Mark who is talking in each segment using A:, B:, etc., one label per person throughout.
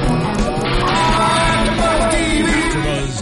A: AfterBuzz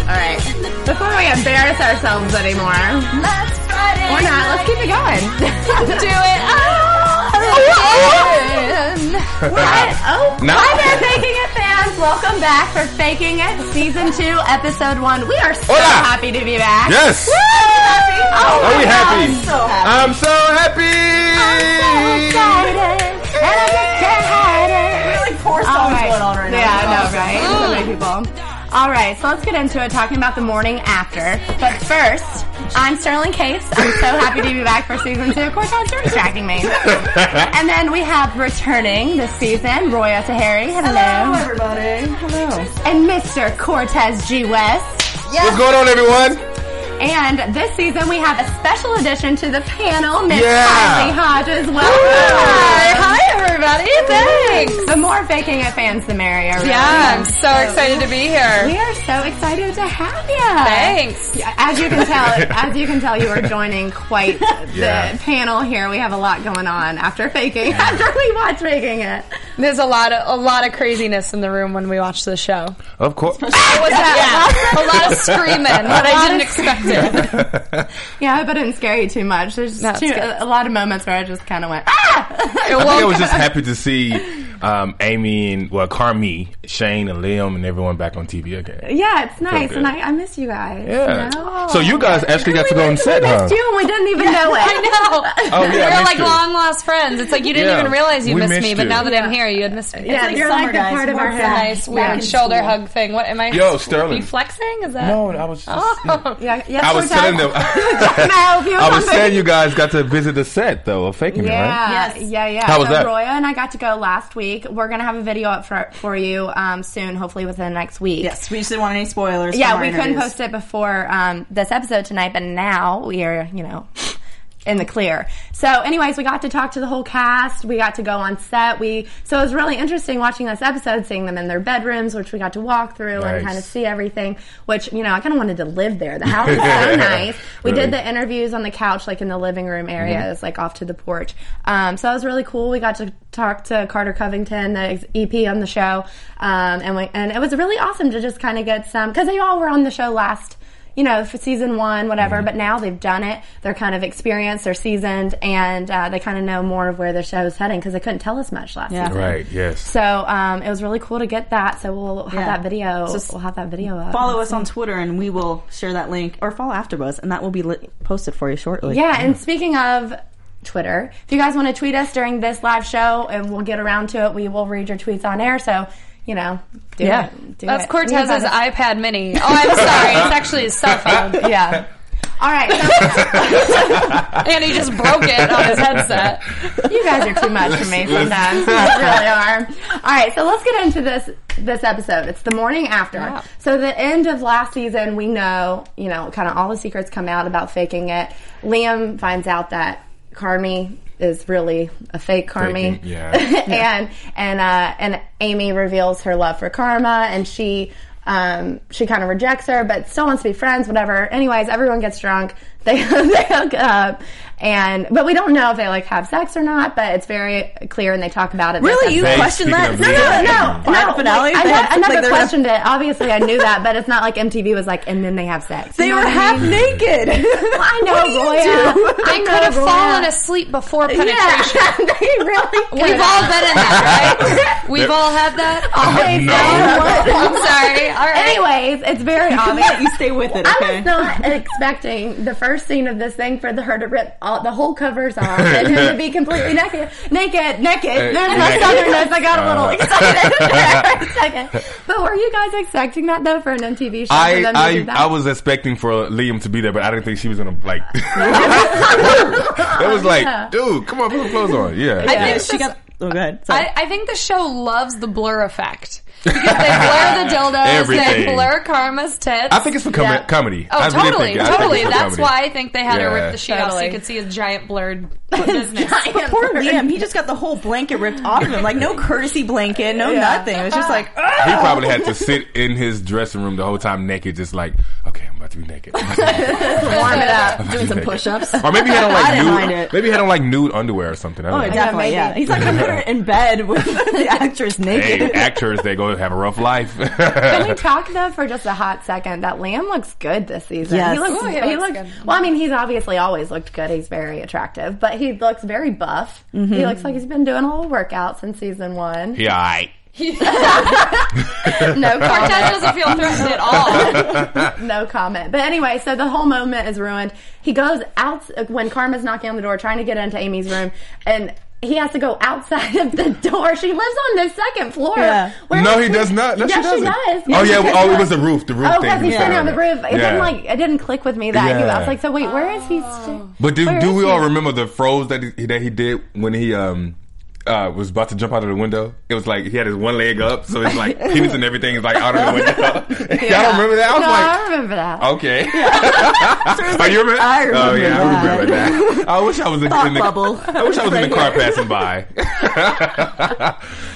B: All right. Before we embarrass ourselves anymore,
C: Last Friday
B: or not, let's keep it going.
C: do it. Oh,
B: What? Oh,
D: No.
B: hi there, Faking It fans. Welcome back for Faking It Season 2, Episode 1. We are so
D: Hola.
B: happy to be back.
D: Yes.
B: Woo! Happy? Oh,
D: Are
B: my
D: we
B: God,
D: happy?
B: I'm so happy.
D: I'm so happy.
B: Really poor songs going on right now. Oh. Yeah, I know, right? So many people. All right, so let's get into it, talking about the morning after. But first, I'm Sterling Case. I'm so happy to be back for season two. Of course, you're distracting me. and then we have returning this season, Roy Otahari. Hello. Hello, everybody. Hello. And Mr. Cortez G. West.
D: What's going on, everyone?
B: And this season, we have a special addition to the panel, Miss
D: Yeah.
B: Kylie Hodges. Welcome.
E: Hi, hi everybody. Thanks.
B: The more faking it fans, the merrier. Really.
E: Yeah, I'm so excited to be here.
B: We are so excited to have you.
E: Thanks.
B: As you can tell, as you can tell, you are joining quite the
D: Yeah.
B: panel here. We have a lot going on after faking, after we watch faking it.
E: There's a lot of a lot of craziness in the room when we watch the show.
D: Of course.
E: What was that? A lot of screaming that I didn't expect it.
B: Yeah, I hope I didn't scare you too much. There's
E: No,
B: just
E: it's
B: too,
E: good.
B: a, a lot of moments where I just kind of went, ah!
E: It
D: I think I was
E: woke
D: just happy to see um, Amy and well, Carmi, Shane, and Liam, and everyone back on TV again.
B: yeah, it's nice,
D: good.
B: and I, I miss you guys.
D: Yeah.
B: You know?
D: So you guys actually got to go on set,
B: we
D: huh?
B: missed you, and we didn't even know
E: I
B: it.
E: know.
D: Oh, yeah,
E: We're
D: me
E: like
D: too.
E: long lost friends. It's like you didn't
D: Yeah,
E: even realize you
D: we
E: missed,
D: missed
E: me, but
D: you.
E: now that I'm here, you had missed me.
B: Yeah,
E: it's
B: you're
E: like,
B: like a part of our
E: a nice weird shoulder hug thing. What am I?
D: Yo, Sterling.
E: Be flexing? Is that?
D: No, I was. Just,
E: Oh.
B: Yeah, yes,
D: I was
B: Cortez.
D: telling them.
B: Can I help you?
D: I was saying you guys got to visit the set though of faking it, right?
B: Yeah,
E: Yes.
B: yeah, yeah.
D: How was
B: so
D: that?
B: Roya and I got to go last week. We're gonna have a video up for for you um, soon, hopefully within the next week.
F: Yes, we just didn't want any spoilers.
B: Yeah,
F: from our
B: we couldn't
F: interviews.
B: post it before um, this episode tonight, but now we are, you know, in the clear. So, anyways, we got to talk to the whole cast. We got to go on set. We so it was really interesting watching this episode, seeing them in their bedrooms, which we got to walk through
D: Nice.
B: and kind of see everything. Which you know, I kind of wanted to live there. The house is so nice. We
D: Really.
B: did the interviews on the couch, like in the living
F: Mm-hmm.
B: room areas, like off to the porch. Um, so that was really cool. We got to talk to Carter Covington, the ex- EP on the show, um, and we, and it was really awesome to just kind of get some because they all were on the show last. You know, for season one, whatever,
F: Mm-hmm.
B: but now they've done it. They're kind of experienced, they're seasoned, and uh, they kind of know more of where their show is heading because they couldn't tell us much last
F: Yeah.
B: season.
D: Right. Yes.
B: So um, it was really cool to get that. So we'll have
F: Yeah.
B: that video.
F: Just
B: we'll have that video up.
F: Follow us on Twitter, and we will share that link, or follow AfterBuzz, and that will be li- posted for you shortly.
B: Yeah, and speaking of Twitter, if you guys want to tweet us during this live show, and we'll get around to it, we will read your tweets on air. So, you know, do
F: Yeah.
B: it. Do
E: That's
B: it.
E: Cortez's
B: You guys-
E: iPad mini. Oh, I'm sorry. It's actually his cell phone.
B: Yeah. All right, so
E: And he just broke it on his headset.
B: you guys are too much for me
D: Let's- let's-
B: sometimes. You really are. All right, so let's get into this this episode. It's the morning after.
E: Yeah.
B: So the end of last season, we know, you know, kind of all the secrets come out about faking it. Liam finds out that Carmi is really a fake Carmi.
D: Faking, yeah.
B: and and uh, and Amy reveals her love for Karma, and she um, she kind of rejects her, but still wants to be friends. Whatever. Anyways, everyone gets drunk. They they hook up, and but we don't know if they like have sex or not. But it's very clear, and they talk about it.
F: Really, you
D: Thanks,
F: question
D: speaking of
F: that?
B: No, no, no,
D: Yeah.
B: no.
F: Final finale?
B: like, I,
F: They
B: ne-
F: had-
B: I
F: like,
B: never
F: they were-
B: questioned it. Obviously, I knew that, but it's not like MTV was like, and then they have sex.
F: They
B: You know
F: were
B: what I
F: half
B: mean?
F: naked.
B: Well, I know, Roya.
E: They
B: I
E: could
B: know,
E: have
B: Roya.
E: fallen asleep before penetration.
B: Yeah, they really. could
E: We've
B: have.
E: all been in that, right? We've all had that.
B: Always
D: No.
B: know what-
E: I'm sorry. All right.
B: Anyways, it's very
F: I'll
B: obvious.
F: let you stay with it,
B: I
F: okay?
B: was not expecting the first scene of this thing for the, her to rip all, the whole covers off and him to be completely naked, naked, naked. There's my
D: Uh, naked. Uh.
B: southernness. I got a little excited for a second. But were you guys expecting that though for an MTV show? for them
D: I,
B: to do
D: I
B: that?
D: I was expecting for Liam to be there, but I didn't think she was gonna like. that was like,
B: Yeah.
D: dude, come on, put the clothes on. Yeah,
E: I think
F: She got. Oh, go ahead. Sorry.
E: I, I think the show loves the blur effect because they blur the dildos,
D: Everything.
E: they blur Karma's tits.
D: I think it's for com- comedy.
E: Oh,
D: I really
E: totally,
D: think- I think
E: totally.
D: it's for
E: That's
D: comedy.
E: why I think they had to
D: Yeah.
E: rip the sheet off so
B: Totally.
E: you could see his giant blurred business.
F: But poor Liam, he just got the whole blanket ripped off of him. Like no courtesy blanket, no nothing. It was just like, "Ugh."
D: He probably had to sit in his dressing room the whole time naked, just like, okay, I'm about to be naked. I'm about to be naked.
B: warm it up.
F: doing some push-ups.
D: Or maybe he had on
F: I didn't
D: like
F: mind
D: nude.
F: it.
D: Maybe he had on like nude underwear or something. I
F: Oh,
D: don't know.
F: definitely.
B: maybe.
F: Yeah, he's not gonna put her in bed with the actress naked.
D: Hey, actors, they go have a rough life.
B: Can we talk though for just a hot second that Lamb looks good this season?
F: Yes.
B: He looks,
E: Ooh, he
B: he
E: looks
B: looks-
E: good.
B: well, I mean, he's obviously always looked good. He's very attractive, but he looks very buff. He looks like he's been doing a whole workout since season one.
D: yeah, all right.
B: No comment.
E: Cortez doesn't feel threatened at all.
B: no comment. But anyway, so the whole moment is ruined. He goes out when Karma's knocking on the door, trying to get into Amy's room, and he has to go outside of the door. She lives on the second floor.
F: Yeah.
B: Where
D: No,
B: is she-
D: he does not. No,
B: yes,
D: she doesn't.
B: does.
D: Oh, yeah, well, oh, it was the roof, the roof
B: Oh,
D: thing
B: because
D: he
B: he's
D: was
B: sitting on
D: sitting
B: the
D: on it.
B: roof. It
D: Yeah.
B: didn't like it didn't click with me that I knew. I
D: Yeah.
B: was like, so wait, where is he? st-
D: But do
B: where
D: do
B: is
D: we
B: he?
D: all remember the froze that he, that he did when he um uh was about to jump out of the window? It was like he had his one leg up, so it's like penis and everything is like out of the window. Y'all don't remember that? I
B: No,
D: was
B: I
D: like, uh,
B: remember that.
D: okay. oh, you remember?
F: I
D: oh
F: remember
D: yeah, I remember that. I wish I was in,
F: Thought
D: in the
F: bubble.
D: I wish I was in the car passing by. yeah,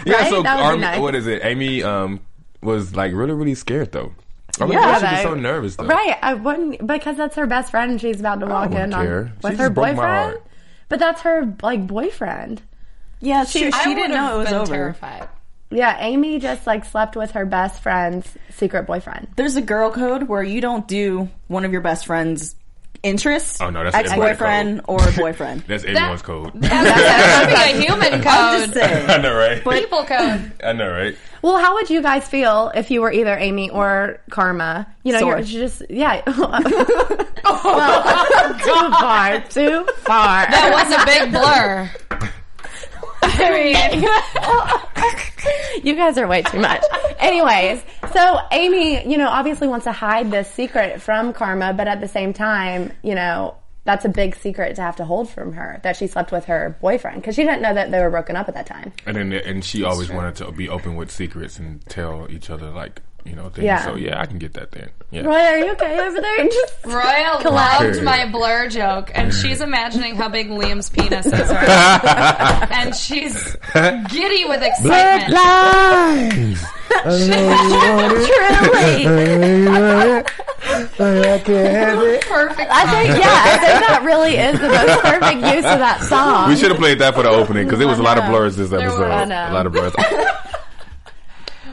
B: Right?
D: so
B: That would be
D: Army,
B: nice.
D: what is it? Amy um was like really really scared though. I mean,
B: Yeah,
D: she was
B: they-
D: so nervous though.
B: Right, I wouldn't because that's her best friend. and She's about to walk
D: wouldn't
B: in on,
D: care. She
B: with
D: just
B: her
D: broke my
B: boyfriend,
D: heart.
B: but that's her like boyfriend.
F: yeah, she,
E: I
F: she didn't
E: would've
F: know it was
E: been
F: over.
E: Terrified.
B: Yeah, Amy just like slept with her best friend's secret boyfriend.
F: There's a girl code where you don't do one of your best friend's interests.
D: Oh, no, that's
F: ex boyfriend or
D: everybody code.
F: boyfriend.
D: That's everyone's code.
E: That should be a human
F: I'm just
E: code.
F: saying.
D: I know, right?
E: People code.
D: I know, right?
B: Well, how would you guys feel if you were either Amy or Karma? You know,
F: Sore.
B: you're you're just yeah. Well, too far, too far.
E: That was a big blur.
B: you guys are way too much. Anyways, so Amy, you know, obviously wants to hide this secret from Karma, but at the same time, you know, that's a big secret to have to hold from her that she slept with her boyfriend because she didn't know that they were broken up at that time.
D: And then, and she always wanted to be open with secrets and tell each other like you know things.
B: Yeah.
D: So yeah, I can get that then. Yeah.
B: Roy, are you okay over there? Just
E: Royal
D: Collapse.
E: loved my blur joke, and she's imagining how big Liam's penis is, right? and she's giddy with excitement.
D: lies. I can have it.
E: Perfect.
B: I think yeah, I think that really is the most perfect use of that song.
D: We should have played that for the opening because there was a lot of
B: I know.
D: blurs this
E: were,
D: episode.
E: I
D: A
B: know.
D: lot of blurs.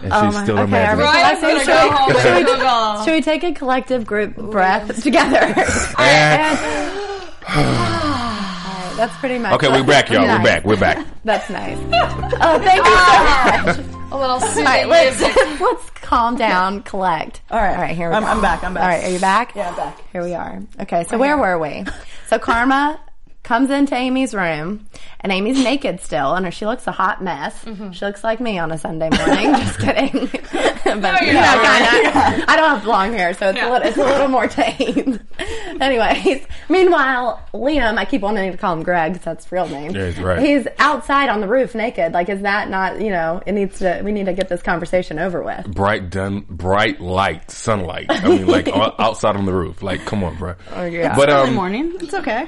D: and she's still
B: okay,
D: imagining.
B: everybody-
E: Royal's gonna go home and Google.
B: Should we take a collective group breath together?
D: And-
B: Alright, that's pretty much.
D: okay, we're back, y'all. We're
B: Nice.
D: back. We're back.
B: That's nice. Oh, thank you so much.
E: A little soothing
B: All right, let's,
E: music.
B: let's calm down, collect.
F: All right.
B: all right, here we
F: I'm-
B: go.
F: I'm back, I'm back.
B: All right, are you back?
F: Yeah, I'm back.
B: Here we are. Okay, so where were we? So Karma comes into Amy's room, and Amy's naked still, and she looks a hot mess.
F: Mm-hmm.
B: She looks like me on a Sunday morning. Just kidding. but no,
E: you're not.
B: kinda. I don't have long hair, so it's, a, little, it's a little more tame. Anyways, meanwhile, Liam, I keep wanting to call him Greg, 'cause that's his real name.
D: Yeah, he's right.
B: He's outside on the roof naked. Like, is that not, you know, it needs to, we need to get this conversation over with.
D: Bright dun, bright light, sunlight. I mean, like o- outside on the roof. Like, come on, bro. Oh
B: yeah.
D: But
F: Early
D: um,
F: morning. It's okay.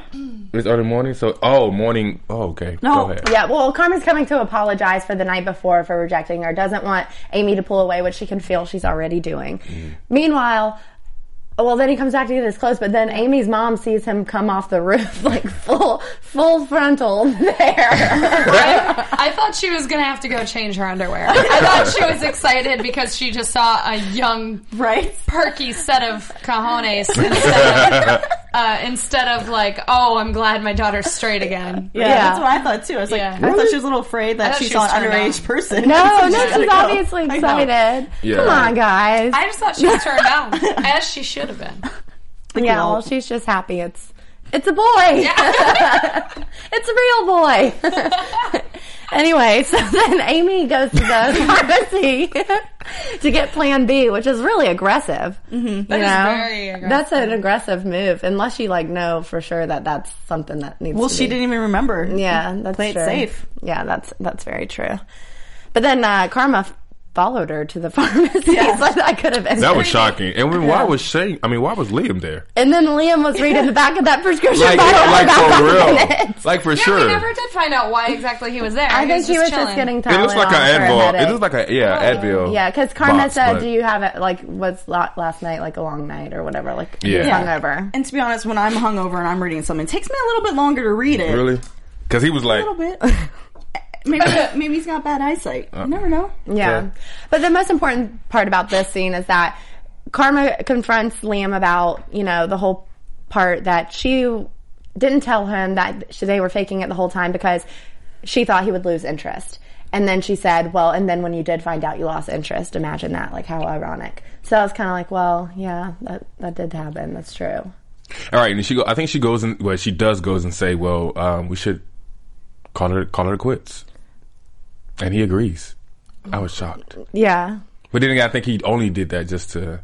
D: It's early morning, so oh, morning. Oh, okay.
F: No.
D: Go ahead.
B: Yeah, well, Carmen's coming to apologize for the night before for rejecting her. Doesn't want Amy to pull away, which she can feel she's already doing.
F: Mm-hmm.
B: Meanwhile, well, then he comes back to get his clothes, but then Amy's mom sees him come off the roof like full, full frontal there.
E: I, I thought she was gonna have to go change her underwear. I thought she was excited because she just saw a young,
F: Right?
E: perky set of cojones instead of, uh, instead of like, oh, I'm glad my daughter's straight again.
F: Yeah,
B: Yeah.
F: that's what I thought too. I was like,
E: Yeah.
F: I thought she was a little afraid
E: I
F: that
E: thought
F: she
E: she
F: saw
E: was
F: an
E: turned
F: underage
E: on.
F: person.
B: no,
F: She's
B: no,
F: gotta
B: she's
F: go.
B: obviously
F: I know.
B: excited.
D: Yeah.
B: Come on, guys.
E: I just thought she was turned down, as she should have been.
F: Like,
B: yeah,
F: y'all-
B: well, she's just happy it's It's a boy. it's a real boy. anyway, so then Amy goes to the pharmacy to get Plan B, which is really aggressive. Mm-hmm. you
E: is
B: know?
E: very aggressive.
B: That's an aggressive move, unless you like know for sure that that's something that needs.
F: Well,
B: to
F: she
B: be.
F: didn't even remember.
B: Yeah, that's
F: Play it
B: true.
F: safe.
B: Yeah, that's that's very true. But then uh, Karma f- followed her to the pharmacy, so that could have been.
D: That was shocking. And then why was Shane? I mean, why was Liam there?
B: and then Liam was reading the back of that prescription
D: Like,
B: bottle
D: like
B: for
D: for
B: about
D: real, like for
E: Yeah, we
D: sure.
E: never did find out why exactly he was there.
B: I think he was just
E: chilling.
B: getting tired.
D: It looks like an Advil. It looks like a yeah Advil.
B: Yeah, because Karma
D: box,
B: said,
D: but-
B: "Do you have it? Like, was la- last night like a long night or whatever? Like,
D: Yeah.
B: yeah.
D: Yeah.
B: hungover."
F: And to be honest, when I'm hungover and I'm reading something, it takes me a little bit longer to read it.
D: Really? Because he was
F: A
D: like,
F: little bit. maybe maybe he's got bad eyesight.
D: Uh.
F: You never know.
B: Yeah.
D: Okay.
B: But the most important part about this scene is that Karma confronts Liam about, you know, the whole part that she didn't tell him that she, they were faking it the whole time because she thought he would lose interest. And then she said, well, and then when you did find out you lost interest, imagine that, like how ironic. So I was kind of like, well, yeah, that, that did happen. That's true.
D: all right. And she, go, I think she goes and well, she does goes and say, well, um, we should call her call her quits. And he agrees. I was shocked,
B: Yeah.
D: but then again, I think he only did that just to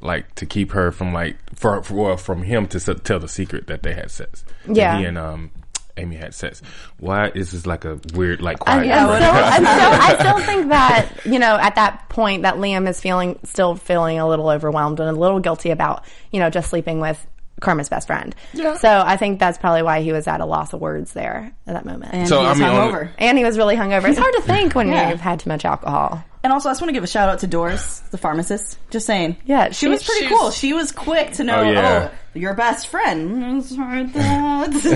D: like to keep her from like for, for well, from him to s- tell the secret that they had sex. That
B: Yeah.
D: he and um. Amy had sex. Why is this like a weird, like
B: I,
D: quiet?
B: am
D: break?
B: still, I'm still, I still think that you know at that point that Liam is feeling still feeling a little overwhelmed and a little guilty about you know just sleeping with Karma's best friend. So I think that's probably why he was at a loss of words there at that moment. And,
F: And
D: So,
F: he
D: I
F: was
D: mean, on-
F: hungover.
B: he was really hungover. It's hard to think when
F: Yeah.
B: you've had too much alcohol.
F: And also, I just want to give a shout out to Doris, the pharmacist. Just saying.
B: Yeah,
F: she,
B: she-
F: was pretty
E: she's-
F: cool. She was quick to know,
D: Oh,
F: oh,
D: yeah.
F: your best friend. Sorry, that's-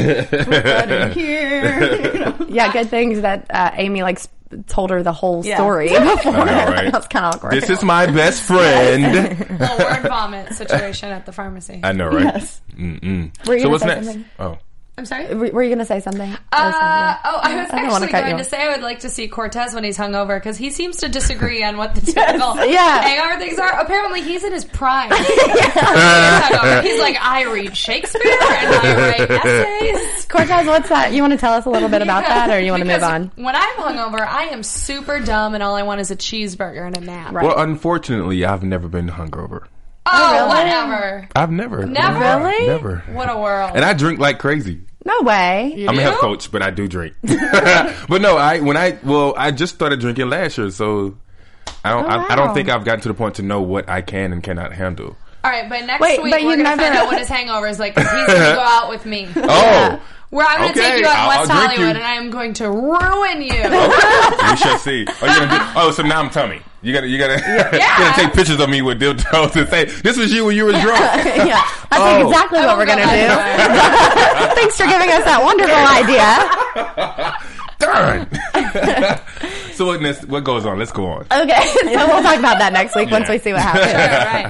F: We're better here. You know?
B: Yeah, good things that uh, Amy like s- told her the whole
F: Yeah.
B: story before.
D: I know, right?
B: that was kind of awkward.
D: This is my best friend.
E: a word vomit situation at the pharmacy.
D: I know, right? Mm-mm.
B: Were you
D: So
B: gonna
D: what's
B: say
D: next?
B: something?
D: Oh,
E: I'm sorry.
B: Were were you going to say something?
E: Uh, oh, I was
B: I don't wanna
E: actually
B: cut you
E: going to
B: off.
E: say I would like to see Cortez when he's hungover because he seems to disagree on what the typical
B: yeah.
E: AR things are. Apparently, he's in his prime. When he's, hungover. he's like, I read Shakespeare and I write essays.
B: Cortez, what's that? You want to tell us a little bit about that, or you want to move
E: Because
B: on?
E: When I'm hungover, I am super dumb, and all I want is a cheeseburger and a nap.
B: Right.
D: well, unfortunately, I've never been hungover.
E: Oh, whatever.
D: I've never,
E: Never?
B: Really?
D: never.
E: What a world.
D: And I drink like crazy.
B: No way.
D: I'm a
E: do?
D: health coach, but I do drink. but no, I when I well, I just started drinking last year, so I don't. I, I
B: Oh, wow.
D: don't think I've gotten to the point to know what I can and cannot handle.
E: all right, but next
B: Wait,
E: week
B: but
E: we're
B: you
E: going to
B: never-
E: find out what his hangover is like 'cause he's going to go out with me.
D: Oh,
E: Where I'm going to
D: Okay,
E: take you out
D: I'll-
E: West
D: I'll drink you.
E: Hollywood, and I am going to ruin you.
D: we shall see. Oh, you gonna do, oh, so now I'm tummy. You gotta, you gotta,
E: Yeah.
D: you gotta take pictures of me with dildos and say this was you when you were drunk.
B: yeah, that's
D: Oh.
B: exactly
E: I
B: what
E: won't
B: we're
E: go
B: gonna do.
E: back to it.
B: Thanks for giving us that wonderful idea.
D: Darn. so what? Next, what goes on? Let's go on.
B: Okay, so we'll talk about that next week once we see what happens.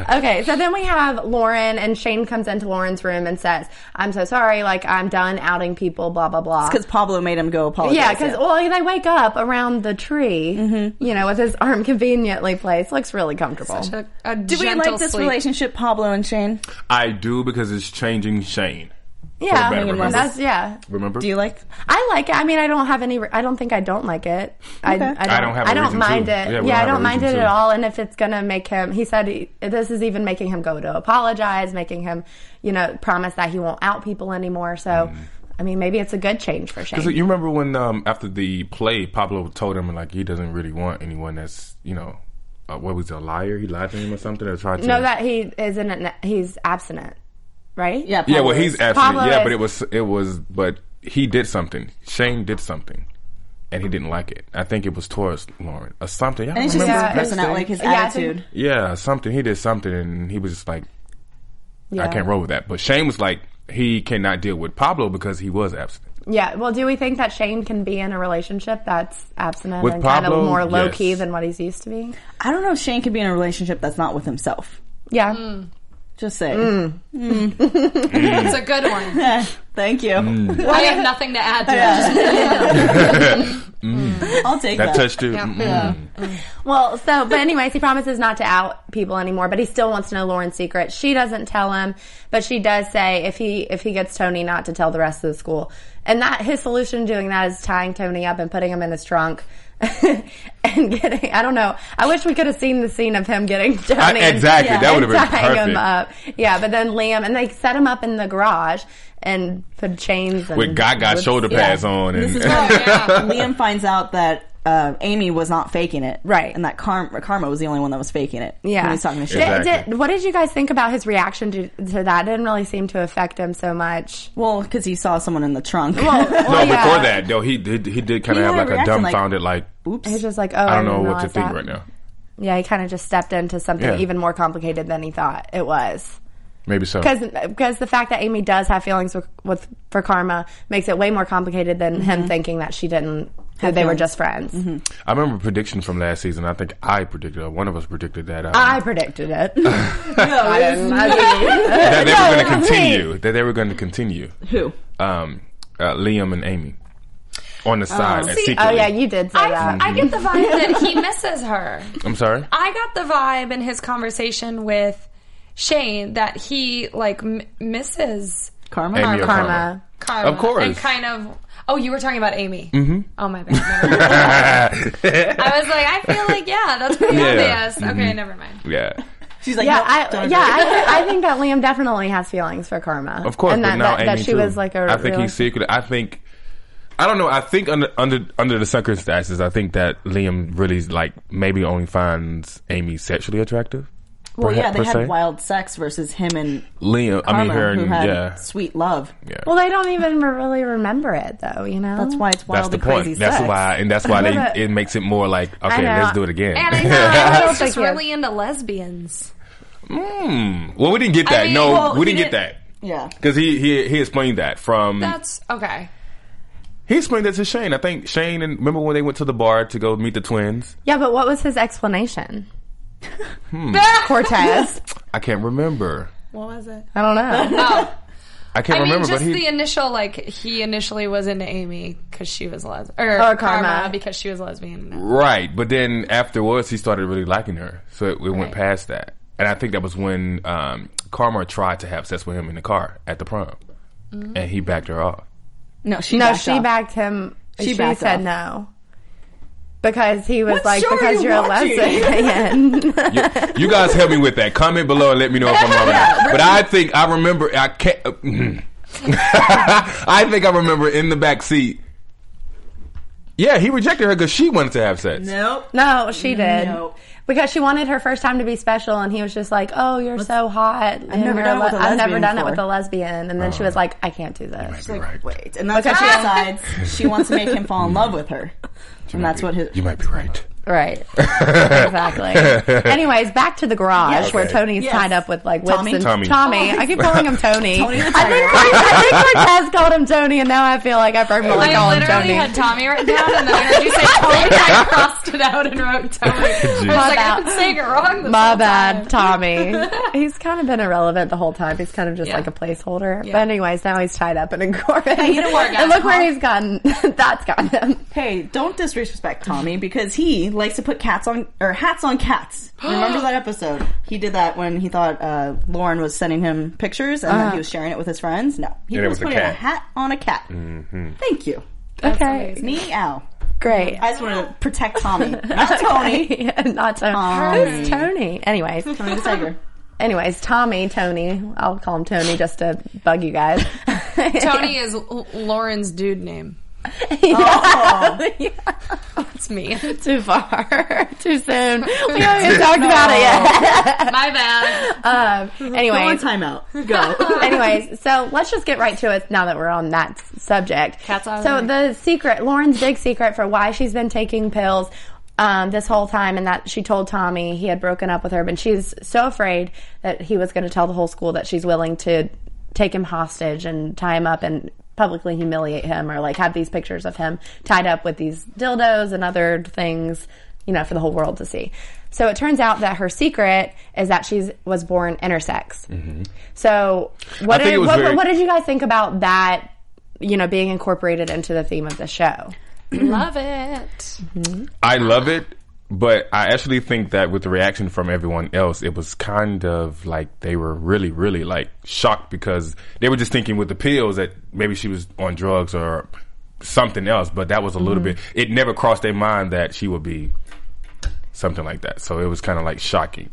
E: All right.
B: Okay, so then we have Lauren, and Shane comes into Lauren's room and says, "I'm so sorry. Like I'm done outing people. Blah blah blah."
F: Because Pablo made him go apologize.
B: Yeah, Mm-hmm. because well, they wake up around the tree, you know, with his arm conveniently placed. Looks really comfortable.
E: A, a
F: do we
E: gentle
F: like this
E: sleep.
F: relationship, Pablo and Shane?
D: I do because it's changing Shane.
B: yeah,
D: better, remember?
B: that's yeah.
D: Remember?
F: Do you like?
B: I like it. I mean, I don't have any. I don't think I don't like it. I, I don't.
D: I don't have a
B: I don't
D: reason
B: mind
D: to.
B: it.
D: Yeah,
B: Yeah,
D: we don't
B: I
D: have a
B: don't mind it
D: reason
B: at
D: to.
B: all. And if it's gonna make him, he said he- this is even making him go to apologize, making him, you know, promise that he won't out people anymore. So,
D: Mm-hmm.
B: I mean, maybe it's a good change for Shane.
D: So you remember when um, after the play, Pablo told him like he doesn't really want anyone that's you know uh, what was it, a liar? He lied to him or something or tried to.
B: no, that he isn't. An, he's abstinent, right?
F: Yeah.
D: yeah, well
F: Pablo
D: he's
F: is-
D: absent.
B: Pablo
D: yeah,
B: is-
D: but it was it was but he did something. Shane did something, and he didn't like it. I think it was towards Lauren or something. I
F: And
D: don't
F: it's just
D: remember.
B: Yeah,
F: his personality,
B: it's-
F: like his
B: yeah, I think-
F: attitude.
D: yeah, something. He did something, and he was just like, I
B: Yeah.
D: can't roll with that. But Shane was like, he cannot deal with Pablo because he was absent.
B: Yeah. Well, do we think that Shane can be in a relationship that's abstinent
D: With
B: and kind
D: Pablo,
B: of more low key
D: yes.
B: than what he's used to being?
F: I don't know if Shane could be in a relationship that's not with himself.
B: Yeah.
F: Mm. Just saying.
E: It's a good one.
D: Mm.
F: Thank you.
E: I have nothing to add to that.
F: I'll take
D: That
F: that.
D: touched you.
E: Yeah.
D: Mm-mm.
B: Well, so, but anyways, he promises not to out people anymore, but he still wants to know Lauren's secret. She doesn't tell him, but she does say if he, if he gets Tony not to tell the rest of the school. And that, his solution to doing that is tying Tony up and putting him in his trunk. and getting, I don't know. I wish we could have seen the scene of him getting Tony.
D: I-
B: and-
D: exactly.
B: and
D: That would've been
B: tying him
D: perfect.
B: up. Yeah, but then Liam, and they set him up in the garage and put chains and
D: With Gaga shoulder
B: yeah.
D: pads on and
F: This is where Liam finds out that uh, Amy was not faking it,
B: Right.
F: And that Car- Karma was the only one that was faking it.
B: Yeah.
F: when he's talking to
B: Did-
F: Shay.
D: Exactly.
B: did- what did you guys think about his reaction to, to that? Didn't really seem to affect him so much.
F: Well, because he saw someone in the trunk.
B: well,
D: no,
B: yeah.
D: before that though, he did. He did kind
F: He
D: of have
F: had
D: like a
F: reacted like-
D: dumbfounded, like,
F: Oops.
B: He's just like, oh,
D: I don't know
B: didn't
D: what to
B: realize
D: think
B: that.
D: right now.
B: Yeah, he kind of just stepped into something
D: Yeah.
B: even more complicated than he thought it was.
D: Maybe so.
B: Because the fact that Amy does have feelings with, with for Karma makes it way more complicated than him thinking that she didn't. That they were
F: feelings.
B: just friends.
D: I remember a prediction from last season. I think I predicted, or one of us predicted that. Um,
B: I predicted it. no, I didn't. I didn't.
D: that they
B: No,
D: were
B: it
D: going
B: was
D: to
B: me.
D: continue. That they were going to continue.
F: Who?
D: Um, uh, Liam and Amy on the side. and
E: See,
D: secretly.
B: Oh yeah, you did say
E: I,
B: that.
E: I get the vibe that he misses her.
D: I'm sorry.
E: I got the vibe in his conversation with Shane that he like m- misses
F: Karma.
D: Amy
B: Karma.
D: or Karma.
E: Karma.
D: Of course.
E: And kind of. Oh, you were talking about Amy. Mm-hmm. Oh my bad. Never mind. I was like, I feel like yeah, that's pretty
D: Yeah.
E: obvious. Okay,
D: Mhm.
E: never mind.
D: Yeah.
F: She's like,
B: Yeah,
F: nope,
B: I,
F: don't
B: yeah,
F: agree.
B: I, I think that Liam definitely has feelings for Karma.
D: Of course,
B: and
D: but
B: that,
D: now
B: that,
D: Amy
B: that she
D: too.
B: was like a.
D: I think
B: real-
D: he secretly. I think. I don't know. I think under under under the circumstances, I think that Liam really like maybe only finds Amy sexually attractive.
F: Well,
D: perha-
F: yeah, they
D: per se.
F: had wild sex versus him and
D: Liam.
F: Karma,
D: I mean, her
F: who
D: and
F: had
D: yeah,
F: sweet love.
D: yeah.
B: Well, they don't even really remember it, though. You know,
F: That's why it's wild
D: that's the
F: and crazy
D: point.
F: sex.
D: That's why, and that's why
B: But-
D: they it makes it more like okay,
B: know.
D: let's do it again.
E: And I know I was
B: don't
E: just
B: think you-
E: really into lesbians.
D: Hmm. Well, we didn't get that.
E: mean,
D: no,
E: well,
D: we
E: he
D: didn't get
E: didn't-
D: that
F: Yeah.
D: because he, he he explained that from
E: That's okay.
D: he explained that to Shane. I think Shane and remember when they went to the bar to go meet the twins.
B: Yeah, but what was his explanation?
D: Hmm.
B: Cortez.
D: I can't remember.
E: What was it?
B: I don't know.
E: Oh,
D: I can't
E: I mean,
D: remember.
E: just
D: but he
E: the initial like he initially was into Amy because she was lesbian, or,
B: Or
E: Karma.
B: Karma.
E: because she was lesbian.
D: Right, but then afterwards he started really liking her, so it, it
E: Right.
D: went past that, and I think that was when um, Karma tried to have sex with him in the car at the prom,
E: Mm-hmm.
D: and he backed her off.
F: No, she
B: No,
F: backed
B: she
F: off.
B: backed him.
F: She
B: She,
F: backed
B: said
F: off.
B: no because he was
F: What
B: like,
F: show are
B: "Because
F: you
B: you are
F: watching?"
B: a lesbian."
D: You, you guys help me with that. Comment below and let me know if I'm wrong. or not. But I think I remember. I can't. uh, mm-hmm. I think I remember in the back seat. Yeah, he rejected her because she wanted to have sex.
F: Nope.
B: no, she did.
F: Nope.
B: Because she wanted her first time to be special, and he was just like, "Oh, you're so hot. I've
F: never done it with a
B: I've never
F: lesbian
B: done it
F: before."
B: with a lesbian." And then
D: Oh.
B: she was like, "I can't do this."
F: Like,
D: Right.
F: wait. And that's when she decides she wants to make him fall in love with her. And that's what his.
D: You might be right.
B: Right. exactly. Anyways, back to the garage
F: Yes.
B: where
D: Okay.
B: Tony's
F: Yes.
B: tied up with like whips
F: Tommy?
B: and
D: Tommy.
B: I keep calling him Tony.
F: Tony the
B: I think I think Cortez called him Tony, and now I feel like I firmly call
E: I
B: him
E: literally
B: Tony.
E: had Tommy written down, and then I heard you say Tony. I crossed it out and wrote Tony. I was
D: My
E: like, I've
B: bad.
E: been saying it wrong. This
B: My
E: whole time.
B: bad, Tommy. He's kind of been irrelevant the whole time. He's kind of just
E: Yeah.
B: like a placeholder.
E: Yeah.
B: But anyways, now he's tied up in a garage.
F: you know what,
B: and
F: guys,
B: look where he's gotten. That's gotten him.
F: Hey, don't disrespect Tommy because he likes to put cats on or hats on cats. Remember that episode? He did that when he thought uh, Lauren was sending him pictures and then he was sharing it with his friends. No, he
D: And it
F: was,
D: was a
F: putting a,
D: cat. Mm-hmm.
F: hat on a cat. Thank you.
B: Okay,
F: Meow.
B: great.
F: I just want to protect Tommy, not Tony.
B: Yeah, Not Tony.
F: Tommy.
B: Who's Tony? Anyways,
F: Tony the tiger.
B: Anyways, Tommy, Tony, I'll call him Tony just to bug you guys.
E: Tony is L- Lauren's dude name.
F: Oh,
E: It's me.
B: Too far. Too soon. We haven't even talked about it yet.
E: My bad.
B: Um,
F: go on
B: anyways,
F: timeout. Go.
B: anyways, so let's just get right to it now that we're on that s- subject.
E: Cat's out of
B: so
E: the
B: the secret, Lauren's big secret for why she's been taking pills um, this whole time, and that she told Tommy he had broken up with her, but she's so afraid that he was going to tell the whole school that she's willing to take him hostage and tie him up and publicly humiliate him, or like have these pictures of him tied up with these dildos and other things, you know, for the whole world to see. So it turns out that her secret is that she was born intersex. So what
D: I think
B: did,
D: it was
B: what,
D: very-
B: what did you guys think about that? You know, being incorporated into the theme of the show.
E: Love it.
D: I love it, but I actually think that with the reaction from everyone else, it was kind of like they were really, really like shocked because they were just thinking with the pills that maybe she was on drugs or something else, but that was a little
F: Mm-hmm.
D: bit, it never crossed their mind that she would be something like that. So it was kind of like shocking.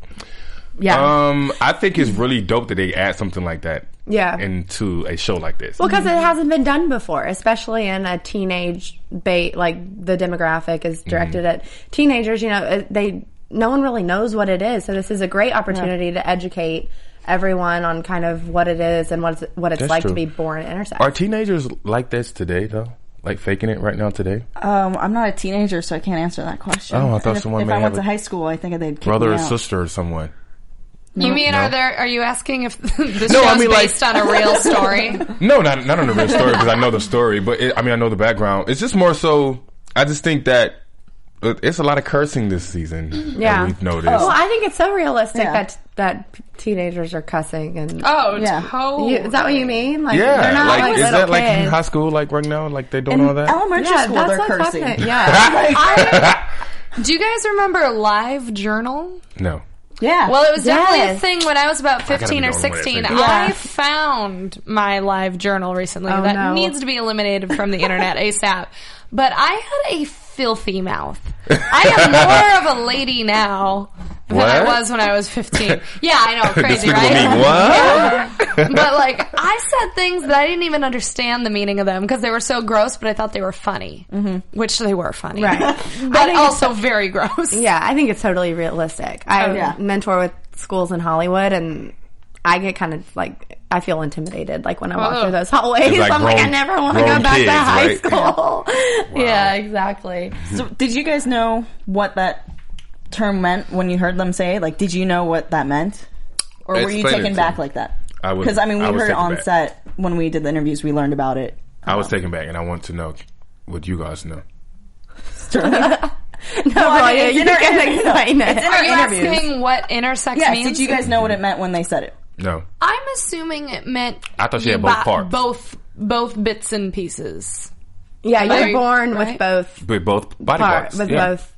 B: Yeah.
D: Um, I think it's really dope that they add something like that.
B: Yeah.
D: Into a show like this.
B: because it hasn't been done before, especially in a teenage bait. Like the demographic is
D: Mm-hmm.
B: directed at teenagers. You know, it- they no one really knows what it is, so this is a great opportunity to educate everyone on kind of what it is and what it's, what it's
D: That's
B: like
D: true.
B: to be born intersex.
D: Are teenagers like this today though? Like faking it right now today?
F: Um, I'm not a teenager, so I can't answer that question.
D: Oh, I thought
F: And if,
D: someone
F: If
D: may
F: I
D: have
F: went
D: a
F: to high school, I think they'd kick
D: Brother
F: me
D: or
F: out.
D: sister or someone?
E: You mean are
D: No.
E: there? Are you asking if this
D: No, I
E: show's
D: mean, like-
E: based on a real story?
D: No, not not on the real story because I know the story, but it, I mean I know the background. It's just more so. I just think that uh, it's a lot of cursing this season.
B: Yeah. Oh,
D: that we've noticed.
B: well, I think it's so realistic
F: Yeah.
B: that that teenagers are cussing and.
E: Oh,
F: Yeah.
E: totally.
B: You, is that what you mean? Like
D: yeah,
B: they're not
D: like,
B: like,
D: is
B: little
D: that like in
B: kids. oh
D: high school, like right now, like they don't
F: In
D: know that?
F: elementary
B: yeah,
F: school,
B: that's
F: they're
B: like
F: cursing.
B: fucking- yeah.
E: Do you guys remember Live Journal?
D: no,
F: Yeah.
E: Well, it was definitely a
B: Yes.
E: thing when I was about 15
D: be the
E: or
D: only one that
E: 16.
D: thinks
F: that.
E: I
F: Yeah.
E: found my live journal recently
B: Oh,
E: that
B: no.
E: needs to be eliminated from the internet ASAP. But I had a filthy mouth. I am more of a lady now than I
D: What?
E: was when I was 15. Yeah, I know,
D: These
E: crazy,
D: people
E: right?
D: mean what?
E: but like I said things that I didn't even understand the meaning of them because they were so gross, but I thought they were funny, mm-hmm. which they were funny,
B: Right.
E: but also very gross.
B: Yeah, I think it's totally realistic. I
F: Oh, yeah.
B: mentor with schools in Hollywood, and I get kind of like I feel intimidated like when I walk
E: Oh.
B: through those hallways.
D: It's like
B: I'm like, I
D: grown-
B: never want to
D: grown
B: go back
D: kids,
B: to high
D: right?
B: school. Yeah, exactly.
F: So, did you guys know what that term meant when you heard them say? it? Like, did you know what that meant, or were you
D: Explain it
F: taken
D: to
F: back
D: me.
F: like that?
D: I was-
F: Because I mean, we
D: I was
F: heard it
D: taken
F: on
D: back.
F: set when we did the interviews. We learned about it.
D: I was taken back, and I want to know what you guys know.
B: No, Roya,
F: it's
B: you
F: in our-
B: can explain it.
E: Are you
F: Interviews.
E: asking what intersex
F: Yes.
E: means?
F: Did you guys know what it meant when they said it?
D: No,
E: I'm assuming it meant.
D: I thought she
E: you
D: had both
E: bought
D: parts.
E: Both both bits and pieces.
B: Yeah, you're
E: Right,
B: born
E: right.
B: with both
D: but both body
B: part
D: parts.
B: with
D: yeah.
B: both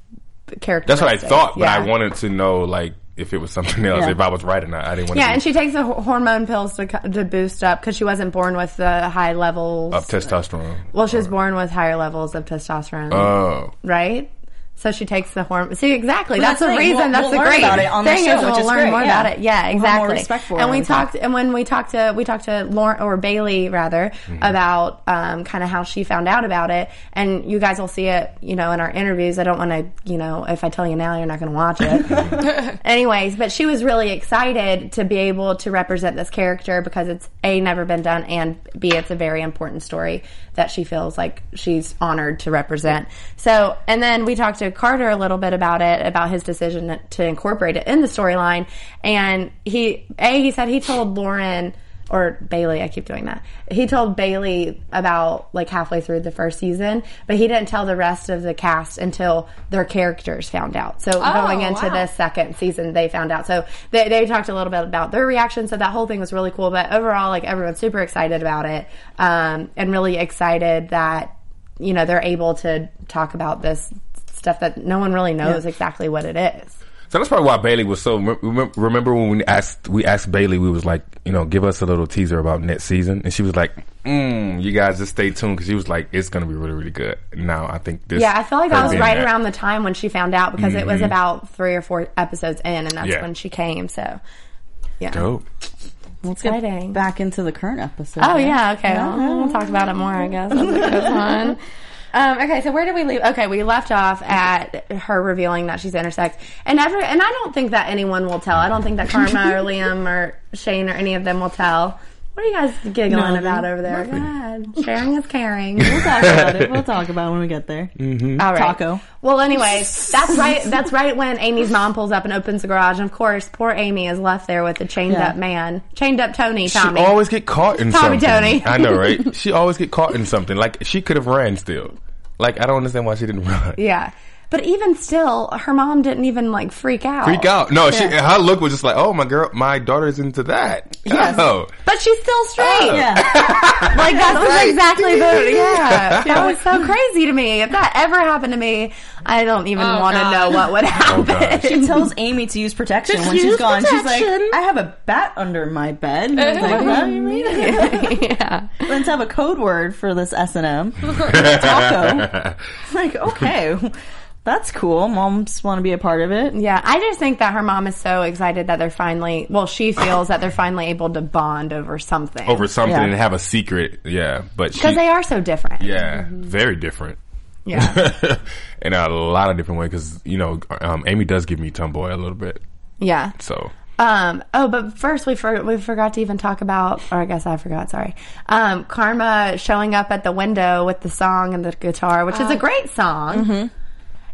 B: characters.
D: That's what I thought, but I wanted to know like if it was something else,
F: Yeah.
D: if I was right or not. I didn't want
B: Yeah,
D: to
B: and
D: be
B: she takes the ho- hormone pills to, co- to boost up because she wasn't born with the high levels.
D: of testosterone.
B: well, she was born with higher levels of testosterone.
D: Oh,
B: right? So she takes the hormone. See, exactly. that's
F: that's
B: the
F: the thing.
B: reason.
F: We'll-
B: that's
F: we'll
B: the
F: learn
B: great
F: about it on the
B: thing
F: show,
B: is
F: which
B: we'll
F: is
B: learn
F: great,
B: more
F: yeah.
B: about it. Yeah,
F: We'll have more
B: exactly.
F: respect for
B: and we
F: it.
B: talked, and when we talked to we talked to Lauren or Bailey rather about um, kind of how she found out about it. And you guys will see it, you know, in our interviews. I don't want to, you know, if I tell you now, you're not going to watch it. Anyways, but she was really excited to be able to represent this character because it's a never been done, and b it's a very important story that she feels like she's honored to represent. So, and then we talked to Carter a little bit about it, about his decision to incorporate it in the storyline. And he, a, he said he told Lauren or Bailey, I keep doing that. He told Bailey about like halfway through the first season, but he didn't tell the rest of the cast until their characters found out. So going into
E: wow.
B: this second season, they found out. So they, they talked a little bit about their reaction. So that whole thing was really cool. But overall, like everyone's super excited about it, um, and really excited that you know they're able to talk about this stuff that no one really knows exactly what it is.
D: So that's probably why Bailey was so. rem- Remember when we asked we asked Bailey, we was like, you know, give us a little teaser about next season, and she was like, mm, "You guys just stay tuned," because she was like, "It's gonna be really, really good." Now I think this.
B: Yeah, I feel like
D: her
B: that was
D: being
B: right
D: that-
B: around the time when she found out because it was about three or four episodes in, and that's
D: Yeah.
B: when she came. So, yeah,
D: Dope.
F: Let's
B: Exciting.
F: get back into the current episode.
B: Oh yeah, okay. Well, we'll talk about it more, I guess. That's a good one. Um, okay, so where did we leave? Okay, we left off at her revealing that she's intersex, and every and I don't think that anyone will tell. I don't think that Karma or Liam or Shane or any of them will tell. What are you guys giggling about over there? God, sharing is caring.
F: We'll talk about it. We'll talk about it when we get there.
D: Mm-hmm.
B: All right.
F: Taco.
B: Well, anyways, that's right. That's right when Amy's mom pulls up and opens the garage. And of course, poor Amy is left there with the chained
F: Yeah.
B: up man, chained up Tony. Tommy.
D: She always get caught in
B: Tommy
D: something.
B: Tony.
D: I know, right? she always get caught in something. Like she could have ran still. Like I don't understand why she didn't run.
B: yeah. But even still, her mom didn't even like freak out.
D: Freak out. No, she
B: Yeah.
D: her look was just like, oh my girl, my daughter's into that.
F: Yes.
D: Oh.
B: But she's still straight.
F: Yeah.
B: Like Oh. that was
D: Right.
B: exactly the yeah. That was so crazy to me. If that ever happened to me, I don't even
E: Oh,
B: want to
E: God.
B: know what would happen.
D: gosh.
F: she tells Amy to use protection
B: Just
F: when she's
B: use
F: gone. She's
B: protection.
F: like, I have a bat under my bed. And I was like, what do you mean?
B: yeah.
F: Let's have a code word for this S and M. Taco. Like, okay, that's cool. Moms want to be a part of it.
B: Yeah, I just think that her mom is so excited that they're finally, well, she feels that they're finally able to bond over something.
D: Over something
F: Yeah.
D: and have a secret. Yeah. But she,
B: Because they are so different.
D: Yeah. Very different.
B: Yeah.
D: in a lot of different ways because you know um, Amy does give me tomboy a little bit.
B: Yeah.
D: So
B: Um, oh, but first we for, we forgot to even talk about, or I guess I forgot. Sorry, um, Karma showing up at the window with the song and the guitar, which is a great song.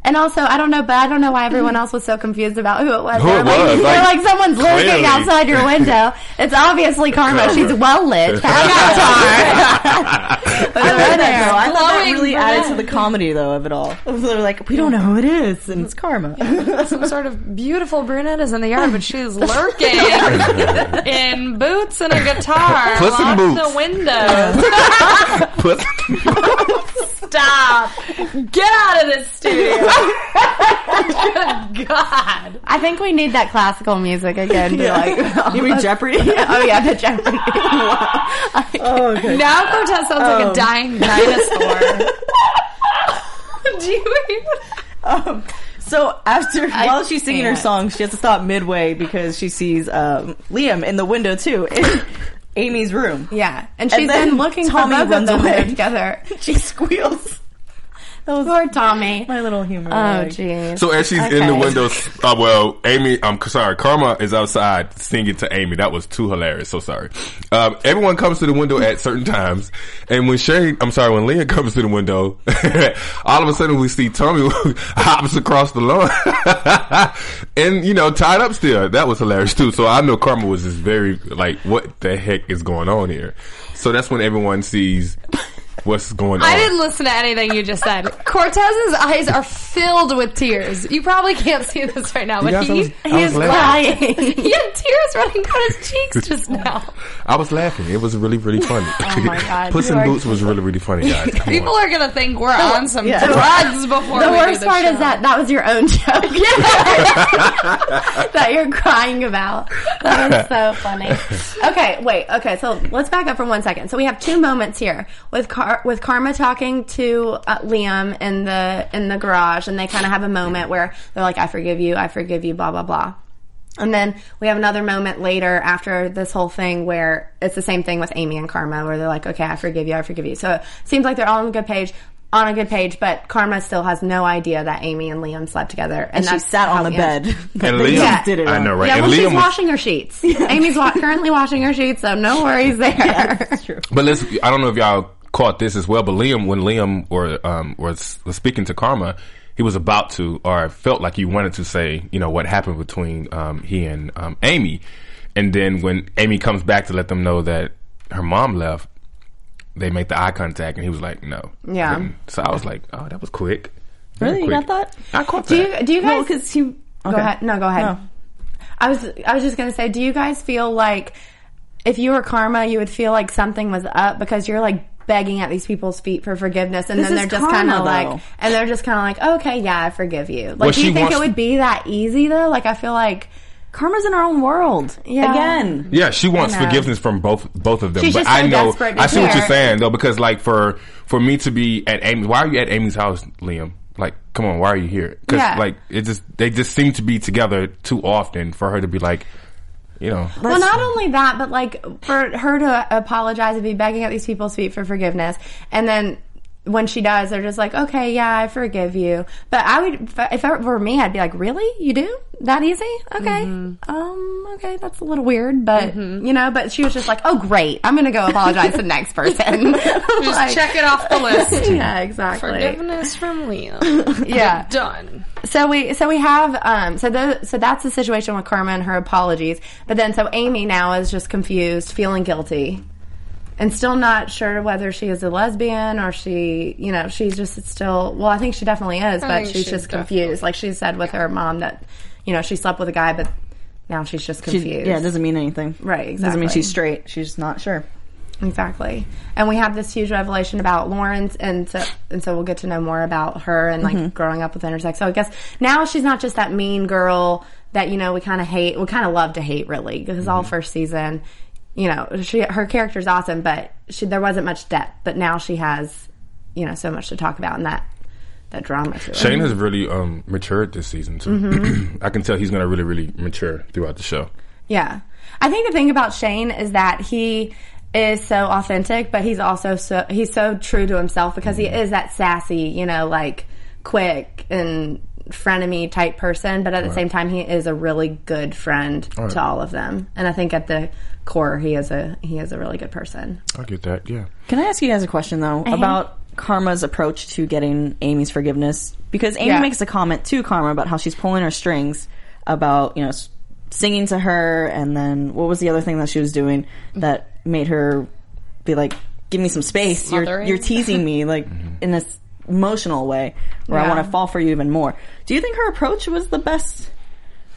B: And also, I don't know, but I don't know why everyone else was so confused about who it was.
D: Who
B: They're
D: it
B: like,
D: was,
B: they're
D: like,
B: like, someone's lurking
D: clearly."
B: outside your window. It's obviously Karma.
D: Karma.
B: She's well lit. Avatar. Put her in there.
F: No, I thought that
E: Glowing
F: really added to
E: brunette.
F: the comedy though of it all. They're like, we don't know who it is, and it's karma.
E: Some sort of beautiful brunette is in the yard, but she's lurking in boots and a guitar.
D: Puss in
E: locked
D: boots.
E: the window.
D: Puss-
E: Stop. Get out of this studio. Good God.
B: I think we need that classical music again. To like,
F: you mean Jeopardy?
B: oh yeah, the Jeopardy. oh,
E: Now Cortez sounds like a dying dinosaur. Do you even...
F: Um, so after while she's singing her
B: can't.
F: song, she has to stop midway because she sees um, Liam in the window too, in Amy's room.
B: Yeah, and
F: And
B: she's
F: then
B: been looking
F: Tommy
B: for both
F: runs
B: of them
F: away.
B: They're together.
F: She squeals.
B: Poor Tommy.
F: My little humor.
B: Oh,
F: like-
B: jeez.
D: so as she's in the
F: Okay.
D: window, s- uh, well, Amy, I'm sorry, Karma is outside singing to Amy. That was too hilarious. So sorry. Um, everyone comes to the window at certain times, and when Shane, I'm sorry, when Leah comes to the window, all of a sudden we see Tommy hops across the lawn, and you know, tied up still. That was hilarious too. So I know Karma was just very like, what the heck is going on here? So that's when everyone sees what's going on.
E: I didn't listen to anything you just said. Cortez's eyes are filled with tears. You probably can't see this right now, but
D: guys, I
E: he,
D: was- I
E: he
D: was
E: is
D: laughing.
E: crying. he had tears running down his cheeks just now.
D: I was laughing. It was really, really funny. Oh
B: my God.
D: Puss
B: You
D: in
B: are-
D: Boots was really, really funny, guys. Come on.
E: People are gonna think we're on some
F: yeah.
E: drugs before.
B: Oh, The
E: we
B: worst
E: do
B: part
E: show.
B: is that that was your own joke that you're crying about. That was so funny. Okay, wait. Okay, so let's back up for one second. So we have two moments here with Car- with Karma talking to uh, Liam in the in the garage, and they kind of have a moment where they're like, "I forgive you, I forgive you," blah blah blah. And then we have another moment later after this whole thing where it's the same thing with Amy and Karma, where they're like, "Okay, I forgive you, I forgive you." So it seems like they're all on a good page, on a good page. But Karma still has no idea that Amy and Liam slept together, and,
F: And she
B: that's
F: sat
B: how
F: on the
B: it ends.
F: bed.
D: And
F: They
D: Liam,
F: just did it.
D: I
F: all.
D: know, right?
B: Yeah,
D: and
B: well, she's
D: Liam was-
B: washing her sheets. Amy's wa- currently washing her sheets, so no worries there.
D: but let's. I don't know if y'all caught this as well, but Liam, when Liam or um was was speaking to Karma, he was about to or felt like he wanted to say, you know, what happened between um he and um Amy, and then when Amy comes back to let them know that her mom left, they make the eye contact, and he was like, no,
B: Yeah.
D: And so I was like, oh, that was quick. Very
F: Really, you
D: quick.
F: got that?
D: I caught
B: Do
D: that.
B: you, do you
F: No,
B: guys?
F: because he.
B: go ahead. No, go ahead. I was I was just gonna say, do you guys feel like if you were karma, you would feel like something was up because you're like begging at these people's feet for forgiveness, and
F: This
B: then
F: is
B: they're just
F: karma,
B: kind of
F: though.
B: like, and they're just kind of like, okay, yeah, I forgive you. Like,
D: Well,
B: do
D: she
B: you think
D: wants-
B: it would be that easy though? Like, I feel like
F: Karma's in her own world.
B: Yeah.
F: Again.
D: Yeah, she wants
B: know.
D: forgiveness from both both of them.
B: She's
D: but
B: just so
D: I know
B: desperate to
D: I see what you're
B: care.
D: saying though, because like for for me to be at Amy, why are you at Amy's house, Liam? Like, come on, why are you here? Because
B: Yeah.
D: like it just they just seem to be together too often for her to be like, you know,
B: Well, not only that, but like for her to apologize and be begging at these people's feet for forgiveness, and then when she does, they're just like, "Okay, yeah, I forgive you." But I would, if it were me, I'd be like, "Really? You do that easy? Okay,
E: Mm-hmm.
B: um, okay, that's a little weird, but you know." But she was just like, "Oh, great, I'm gonna go apologize to the next person."
E: just
B: Like-
E: check it off the list.
B: Yeah, exactly.
E: Forgiveness from Liam.
B: Yeah.
E: Done.
B: So we so we have um so the, so that's the situation with Karma and her apologies. But then so Amy now is just confused, feeling guilty. and still not sure whether she is a lesbian or she, you know, she's just still. Well, I think she definitely is, but
E: think
B: she's,
E: she's
B: just
E: definitely-
B: confused. Like she said with her mom that, you know, she slept with a guy, but now she's just confused.
F: yeah, it doesn't mean anything.
B: Right,
F: Doesn't mean
B: exactly.
F: she's straight. She's not sure.
B: Exactly. And we have this huge revelation about Lawrence and so and so we'll get to know more about her and like growing up with intersex. So I guess now she's not just that mean girl that you know we kind of hate, we kind of love to hate really because all first season, you know, she her character's awesome, but she there wasn't much depth, but now she has you know so much to talk about in that that drama to her.
D: Shane has really um, matured this season too.
B: Mm-hmm.
D: I can tell he's gonna really, really mature throughout the show.
B: Yeah. I think the thing about Shane is that he is so authentic, but he's also so he's so true to himself because he is that sassy, you know, like quick and frenemy type person, but at the same time he is a really good friend
D: Right.
B: to all of them. And I think at the core he is a he is a really good person.
D: I get that. Yeah.
F: Can I ask you guys a question though
B: Uh-huh.
F: about Karma's approach to getting Amy's forgiveness? Because Amy
B: Yeah.
F: makes a comment to Karma about how she's pulling her strings about you know s- singing to her, and then what was the other thing that she was doing that made her be like, "Give me some space.
E: Smothering.
F: You're you're teasing me like in this emotional way where I
B: Yeah.
F: want to fall for you even more." Do you think her approach was the best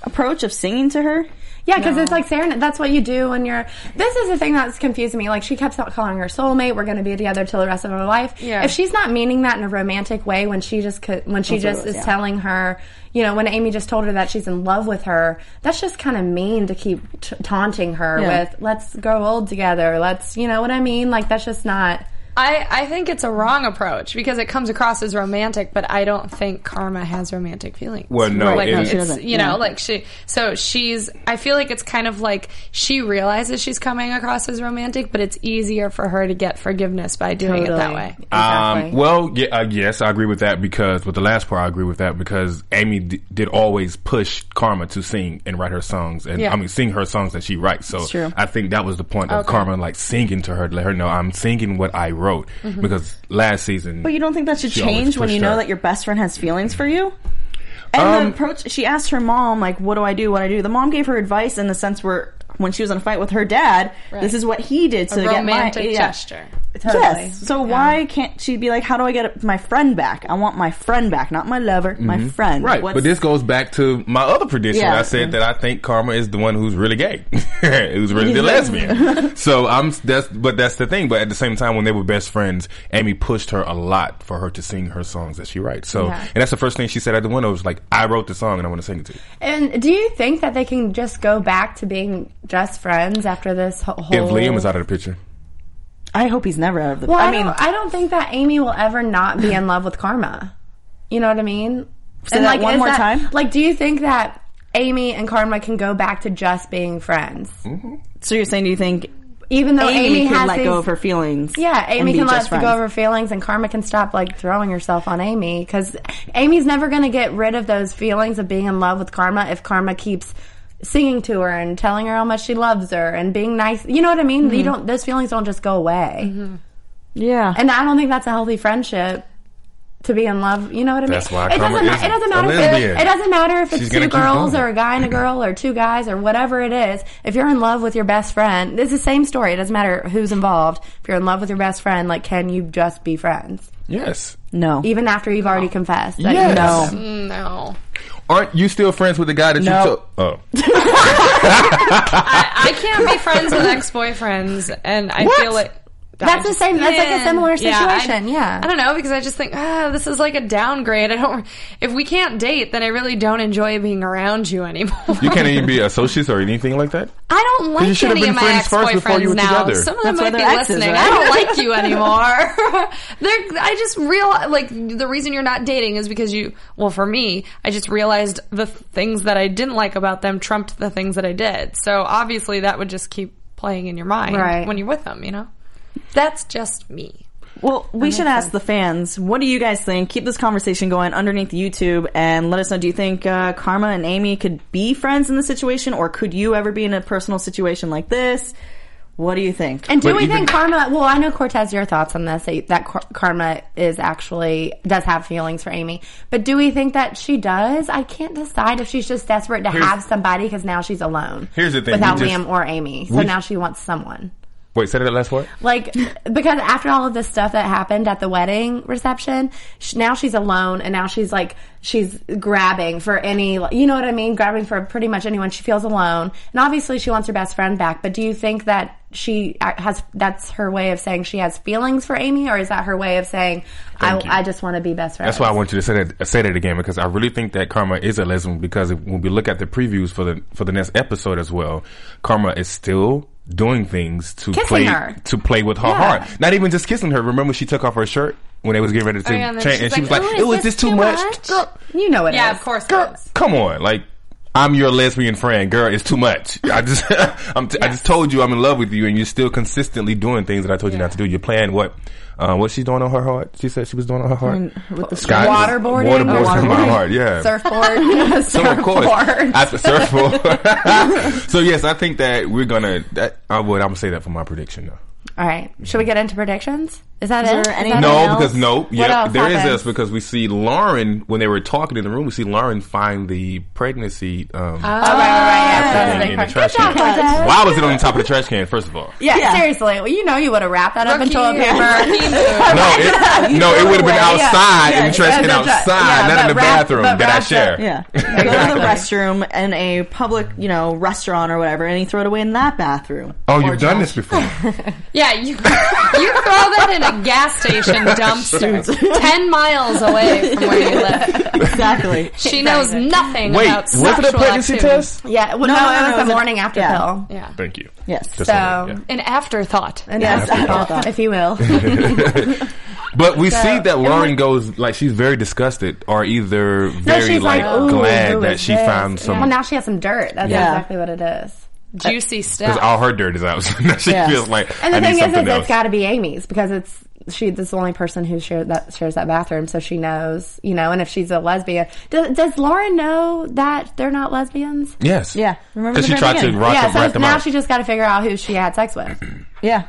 F: approach of singing to her?
B: Yeah, because it's like Sarah. That's what you do when you're. This is the thing that's confusing me. Like she kept calling her soulmate. We're going to be together till the rest of our life.
E: Yeah.
B: If she's not meaning that in a romantic way, when she just could, when she
F: what it
B: just
F: was,
B: is
F: yeah.
B: telling her, you know, when Amy just told her that she's in love with her, that's just kind of mean to keep t- taunting her
F: Yeah.
B: with "Let's grow old together." Let's, you know what I mean? Like that's just not.
E: I, I think it's a wrong approach because it comes across as romantic, but I don't think Karma has romantic feelings.
D: Well, no,
E: like,
D: it- No,
E: it's,
D: she
F: doesn't.
E: you know,
F: Yeah.
E: like she. So she's. I feel like it's kind of like she realizes she's coming across as romantic, but it's easier for her to get forgiveness by doing it that
B: Totally.
E: way.
D: Um, well, yeah, uh, yes, I agree with that because with the last part, I agree with that because Amy d- did always push Karma to sing and write her songs, and
E: Yeah.
D: I mean sing her songs that she writes. So
F: true.
D: I think that was the point of
E: Okay.
D: Karma like singing to her to let her know I'm singing what I wrote because last season.
F: Mm-hmm. But you don't think that should
D: She always
F: change when you
D: pushed
F: know
D: her.
F: that your best friend has feelings for you? And
D: Um,
F: the approach she asked her mom, like, what do I do? What do I do? The mom gave her advice in the sense where when she was in a fight with her dad, this is what he did to
E: A
F: get my
E: romantic
F: yeah.
E: gesture.
B: Totally.
F: Yes. So why can't she be like, how do I get my friend back? I want my friend back, not my lover, my friend.
D: Mm-hmm. Right,
F: What's-
D: but this goes back to my other prediction.
F: Yeah.
D: I said that I think Karma is the one who's really gay, who's really the lesbian. so I'm that's but that's the thing. But at the same time, when they were best friends, Amy pushed her a lot for her to sing her songs that she writes. So
B: Yeah.
D: and that's the first thing she said at the window was like, "I wrote the song and I want to sing it to you."
B: And do you think that they can just go back to being just friends after this ho- whole?
D: If
F: Oh.
D: Liam is out of the picture,
F: I hope he's never out of the.
B: Well, I,
F: I mean,
B: don't, I don't think that Amy will ever not be in love with Karma. You know what I mean?
F: Say that one
B: is
F: more
B: that-
F: time?
B: Like, do you think that Amy and Karma can go back to just being friends,
F: so you're saying, do you think
B: even though
F: Hmm? Amy,
B: Amy,
F: can
B: has
F: let
B: these,
F: go of her feelings?
B: Yeah,
F: and
B: Amy
F: be
B: can let
F: just
B: go
F: friends?
B: of her feelings, and Karma can stop like throwing herself on Amy because Amy's never going to get rid of those feelings of being in love with Karma if Karma keeps singing to her and telling her how much she loves her and being nice. You know what I mean?
F: Mm-hmm.
B: You don't; those feelings don't just go away.
F: Yeah.
B: And I don't think that's a healthy friendship to be in love. You know what I mean?
D: That's why
B: it
D: karma
B: doesn't, ma-
D: isn't
B: it doesn't
D: a
B: matter.
D: lesbian.
B: If, it doesn't matter if
D: She's
B: it's
D: gonna
B: two
D: keep
B: girls
D: going.
B: or a guy and a girl or two guys or whatever it is. If you're in love with your best friend, it's the same story. It doesn't matter who's involved. If you're in love with your best friend, like, can you just be friends
D: yes.
F: no.
B: even after you've already confessed? that you
D: Yes.
B: know-
F: No.
E: Mm, No,
D: Aren't you still friends with the guy that
F: No.
D: you took? Oh,
E: I can't be friends with ex-boyfriends, and I
D: What?
E: feel like.
B: That's the same. That's like a similar
E: I-
B: situation. Yeah.
E: I don't know because I just think ah, this is like a downgrade. I don't. If we can't date, then I really don't enjoy being around you anymore.
D: you can't even be associates or anything like that.
E: I don't
D: you
E: like
D: should have
E: any of
D: been
E: my
D: friends
E: ex
D: first before you
E: boyfriends
D: were
E: now.
D: together.
E: Some of them
F: That's why
E: might be
F: they're exes,
E: listening.
F: right?
E: I don't like you anymore. They're, I just real like the reason you're not dating is because you. Well, for me, I just realized the things that I didn't like about them trumped the things that I did. So obviously, that would just keep playing in your mind
B: Right.
E: when you're with them. You know, that's just me.
F: Well, we should ask the fans. What do you guys think? Keep this conversation going underneath YouTube and let us know. Do you think uh, Karma and Amy could be friends in this situation, or could you ever be in a personal situation like this? What do you think?
B: And do
D: But
B: we
D: even-
B: think karma? Well, I know Cortez, your thoughts on this that, that Cor- karma is actually does have feelings for Amy, but do we think that she does? I can't decide if she's just desperate to
D: Here's-
B: have somebody because now she's alone.
D: Here's the thing,
B: without
D: we just-
B: Liam or Amy, so
D: we-
B: now she wants someone.
D: Wait, say that last part.
B: Like, because after all of this stuff that happened at the wedding reception, sh- now she's alone and now she's like, she's grabbing for any, you know what I mean? Grabbing for pretty much anyone. She feels alone. And obviously she wants her best friend back, but do you think that she a- has, that's her way of saying she has feelings for Amy or is that her way of saying, I,
D: Thank you.
B: I just want to be best friends?
D: That's why I want you to say that say that again because I really think that Karma is a lesbian because if, when we look at the previews for the for the next episode as well, Karma is still doing things to
B: Kissing
D: play
B: her.
D: to play with her
B: Yeah.
D: heart. Not even just kissing her. Remember she took off her shirt when they was getting ready to
E: Oh, yeah, and then
D: change, and
E: she's
D: she was
E: like,
D: like,
E: "Ooh,
D: "It
E: is
D: was
E: this
D: this too
E: too
D: much."
E: much?"
D: Girl,
B: You know it
E: Yeah,
B: is.
E: of course. it
D: girl,
E: is.
D: come on, like. I'm your lesbian friend, girl. It's too much. I just, I'm t- I just told you I'm in love with you, and you're still consistently doing things that I told you not to do. You're playing what? Uh, what's she doing on her heart? She said she was doing on her heart.
F: with the
D: Sky-
B: Waterboarding?
D: Waterboarding
B: Oh,
D: from my
B: waterboarding.
D: heart, yeah.
B: Surfboard.
D: So of course,
B: Surfboard.
D: at the surfboard. so yes, I think that we're gonna. That, I would. I'm gonna say that for my prediction though.
B: All right. Should we get into predictions? Is that
F: Is
B: it?
F: there
B: Is
F: any-
B: that
D: No,
F: Anything else?
D: because no, yeah,
B: else
D: there is
B: happened?
D: this because we see Lauren when they were talking in the room. We see Lauren find the pregnancy. Um,
B: Oh, right, right, right. That's- that's
D: thing
B: the big
D: in the
B: part.
D: trash
B: Good job,
D: can.
B: Cortez.
D: Why was it on the top of the trash can? First of all,
B: Yeah,
F: Yeah.
B: seriously. Well, you know you would have wrapped that up
E: Rookie-
B: into a paper.
E: rookie move.
D: no, it, no, it would have been
B: Yeah, yeah.
D: outside in the trash
B: Yeah,
D: can
B: that's right.
D: outside,
B: Yeah,
D: not in the
B: but wrap-
D: bathroom
B: but
D: that I
B: wrap
D: share.
B: up-
F: Yeah. You go to the restroom in a public, you know, restaurant or whatever, and you throw it away in that bathroom.
D: Oh, you've done this before.
E: Yeah, you you throw that in a gas station dumpster, ten miles away from where you live.
F: Exactly.
E: She knows nothing
D: Wait,
E: about
D: was it a
E: sexual
D: pregnancy
E: activity.
D: test?
B: Yeah, well, no,
F: No, no, no,
B: it
F: it
B: was
F: was
B: a
F: an-
B: morning after
F: yeah.
B: pill.
E: Yeah,
D: Thank you.
F: Yes.
D: Just
B: So-
D: wanted- yeah.
E: an afterthought.
B: And
F: Yeah,
B: that's
F: I
B: all,
F: thought that.
B: if you will.
D: But we see
B: it
D: that Lauren goes like she's very disgusted, or either
B: no,
D: very
B: she's
D: like,
B: like, ooh,
D: glad
B: who
D: that
B: is
D: she
B: this?
D: found some
B: Well, now she has some dirt. That's
F: Yeah.
B: exactly what it is.
E: Juicy
D: because
E: stuff.
D: all her dirt is out. So now she
F: Yeah.
D: feels like
B: And the
D: I
B: thing
D: need
B: is,
D: something
B: is
D: else.
B: it's got to be Amy's because it's she. This is the only person who shares that shares that bathroom, so she knows, you know. And if she's a lesbian, does, does Lauren know that they're not lesbians?
D: yes,
F: Yeah. Remember
D: because she
F: the
D: tried to
F: beginning.
D: rock
B: yeah.
D: them, rock
B: So
D: them
B: now
D: out.
B: she just got to figure out who she had sex with.
F: Yeah.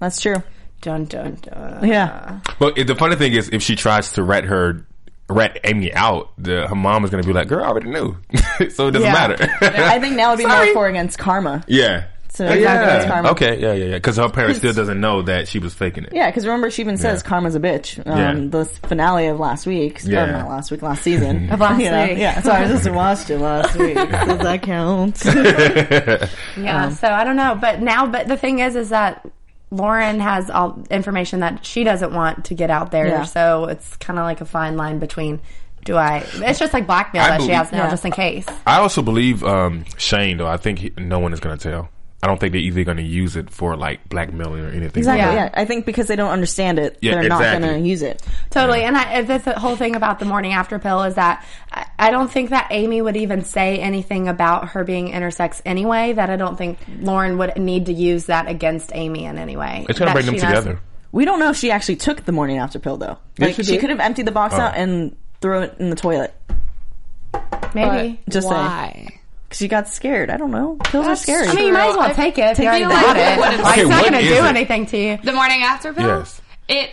F: That's true.
B: dun dun dun.
F: Yeah.
D: But it- the funny thing is, if she tries to rat her, rat Amy out, the, her mom is going to be like, "Girl, I already knew," so it doesn't
F: Yeah.
D: matter.
F: I think now would be
D: Sorry.
F: more for against karma.
D: yeah.
F: So
D: yeah.
F: it's not against karma.
D: Okay. Yeah. Yeah. Yeah. Because her parents still doesn't know that she was faking it.
F: Yeah, because remember she even says
D: Yeah.
F: karma's a bitch. Um,
D: Yeah.
F: The finale of last week.
D: Yeah.
F: Or not last week, last season.
B: Of last
F: You know,
B: week.
F: Yeah, so I just watched it last week. Does that count?
B: Yeah, so I don't know, but now, but the thing is, is that Lauren has all information that she doesn't want to get out there,
F: Yeah.
B: so it's kind of like a fine line between. Do I? It's just like blackmail
D: I
B: that she
D: believe-
B: has now,
F: Yeah.
B: just in case.
D: I also believe um, Shane though. I think he, no one is going to tell. I don't think they're either going to use it for like blackmailing or anything.
F: Exactly.
B: Yeah.
F: Yeah. I think because they don't understand it,
D: Yeah,
F: they're not
D: exactly.
F: going to use it.
B: Totally. And I, and that's the whole thing about the morning after pill is that I, I don't think that Amy would even say anything about her being intersex anyway, that I don't think Lauren would need to use that against Amy in any way.
D: It's going
B: That
D: to bring them
B: she knows-
D: together.
F: We don't know if she actually took the morning after pill though. Like
D: she Oh.
F: she
D: did.
F: could have emptied the box out and thrown it in the toilet.
B: Maybe.
F: Just saying,
E: Why?
F: because she got scared. I don't know. Pills are scary.
B: I mean, you might as well take it if you already
E: like
B: got
E: it
B: it.
E: would've-
B: Like,
D: Okay,
B: it's not
D: what
B: going to
D: is
B: do
D: it?
B: anything to you.
E: The morning after pill.
D: Yes.
E: It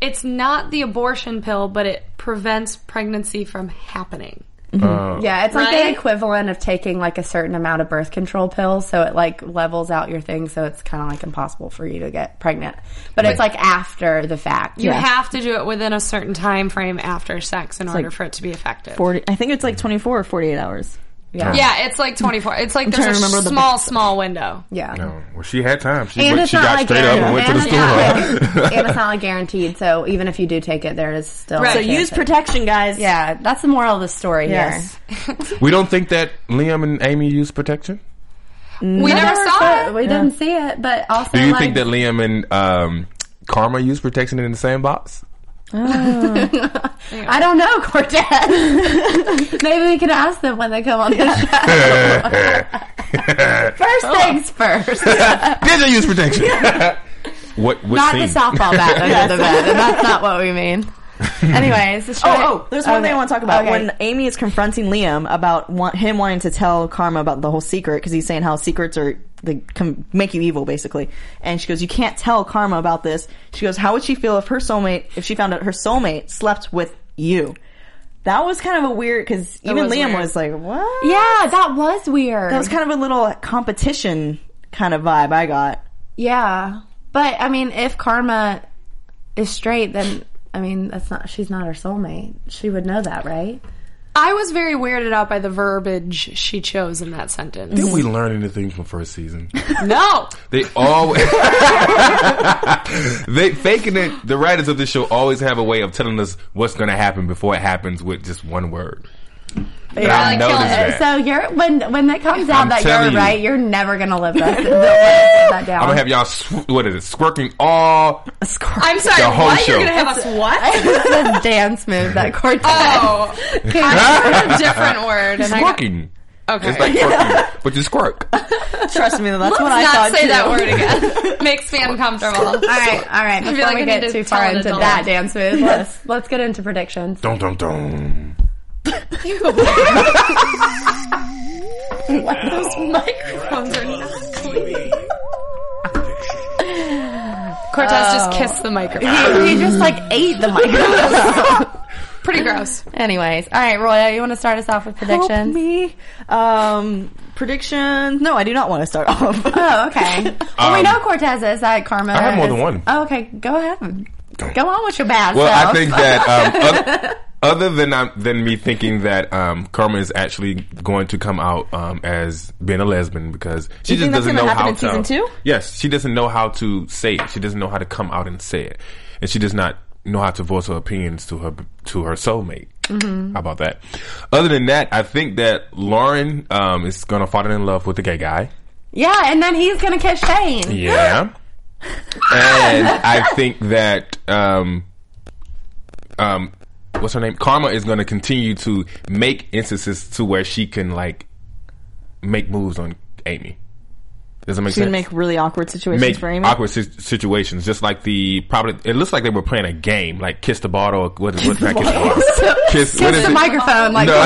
E: it's not the abortion pill, but it prevents pregnancy from happening.
B: Mm-hmm.
D: Uh,
B: Yeah, it's like
E: Right?
B: the equivalent of taking like a certain amount of birth control pills, so it like levels out your thing, so it's kind of like impossible for you to get pregnant. But it's like after the fact.
E: You have to do it within a certain time frame after sex in order for it to be effective.
F: Forty. I think it's like twenty four or forty eight hours.
B: yeah,
E: Yeah, it's like 24. It's like
F: trying
E: there's a
F: to remember the-
E: small, small window.
B: yeah.
D: No. Well, she had time. She,
B: And
D: went,
B: it's
D: she
B: not
D: got
B: like
D: straight up and went to the
B: guaranteed.
D: store.
B: and it's not like guaranteed. So even if you do take it, there is still
E: Right.
B: a
F: So
B: chance
F: use
B: that-
F: protection, guys.
B: Yeah, that's the moral of the story
F: Yes.
B: here.
D: We don't think that Liam and Amy used protection.
E: We never
B: Never
E: saw it.
B: We didn't see it, but also
D: Do you
B: like,
D: think that Liam and um, Karma used protection in the same box?
B: I don't know, Cortez. Maybe we could ask them when they come on the show. first things first.
D: Did they use protection? what? What
B: Not
D: scene?
B: the softball bat under the bed. And that's not what we mean. Anyways, should I-
F: Oh, oh, there's one thing I
B: okay.
F: want to talk about.
B: Okay.
F: When Amy is confronting Liam about want, him wanting to tell Karma about the whole secret, because he's saying how secrets are they can make you evil, basically. And she goes, "You can't tell Karma about this." She goes, "How would she feel if her soulmate, if she found out her soulmate slept with you?" That was kind of a weird because even
E: was
F: Liam
E: weird.
F: was like, "What?"
B: yeah, that was weird.
F: that was kind of a little competition kind of vibe I got.
B: Yeah. But I mean, if karma is straight, then I mean, that's not she's not her soulmate. She would know that, right?
E: I was very weirded out by the verbiage she chose in that sentence.
D: Did we learn anything from first season?
E: no.
D: They always they faking it. The writers of this show always have a way of telling us what's going to happen before it happens with just one word. And I
E: like
D: noticed
E: killing
D: that.
B: So you're when when that comes out
D: I'm
B: that
D: telling
B: you're
D: you.
B: right, you're never gonna live that, don't live that down.
D: I'm gonna have y'all. Sw- what is it? Squirking all.
E: I'm sorry.
D: The whole
E: What?
D: show.
E: You're going to have us what?
B: it's a dance move that quartet.
E: Oh, I heard a different word. And I got-
D: Squirking.
E: okay.
D: It's like squirking, but you squirk.
F: Trust me, that's what I
E: Let's not
F: thought
E: say
F: too.
E: that word again. Makes me uncomfortable.
B: All right, all right. Before
E: feel like
B: we
E: I need
B: get
E: to
B: too far
E: tell an
B: into
E: adult.
B: that dance move, let's let's get into predictions.
D: Dum dum dum.
E: Those microphones are not clean. Cortez just kissed the microphone.
B: Oh. he just like ate the microphone.
E: Pretty gross.
B: Anyways, all right, Roya, you want to start us off with
F: Help
B: predictions?
F: me. Um, predictions. No, I do not want to start off.
B: Oh, okay. well, we
D: Um,
B: know Cortez is that Karma.
D: I have more
B: is-
D: than one.
B: Oh, okay. Go ahead. Go on with your bad
D: Well,
B: self.
D: I think that um, other, other than um, than me thinking that um, Karma is actually going to come out um, as being a lesbian because she just
F: think that's
D: doesn't
F: gonna
D: know
F: happen
D: how
F: in
D: to.
F: season two?
D: Yes, she doesn't know how to say it. She doesn't know how to come out and say it, and she does not know how to voice her opinions to her to her soulmate.
F: Mm-hmm.
D: How about that? Other than that, I think that Lauren um, is going to fall in love with the gay guy.
B: yeah, and then he's gonna kiss Shane.
D: Yeah. and I think that um um what's her name? Karma is gonna continue to make instances to where she can like make moves on Amy. Does it make
F: She's
D: sense?
F: gonna make really awkward situations
D: make
F: for Amy.
D: awkward si- situations, just like the probably. It looks like they were playing a game, like kiss the bottle. Or what, what, not kiss the bottle. Kiss, what
B: Kiss
D: is
B: the
D: it?
B: microphone, like
D: No.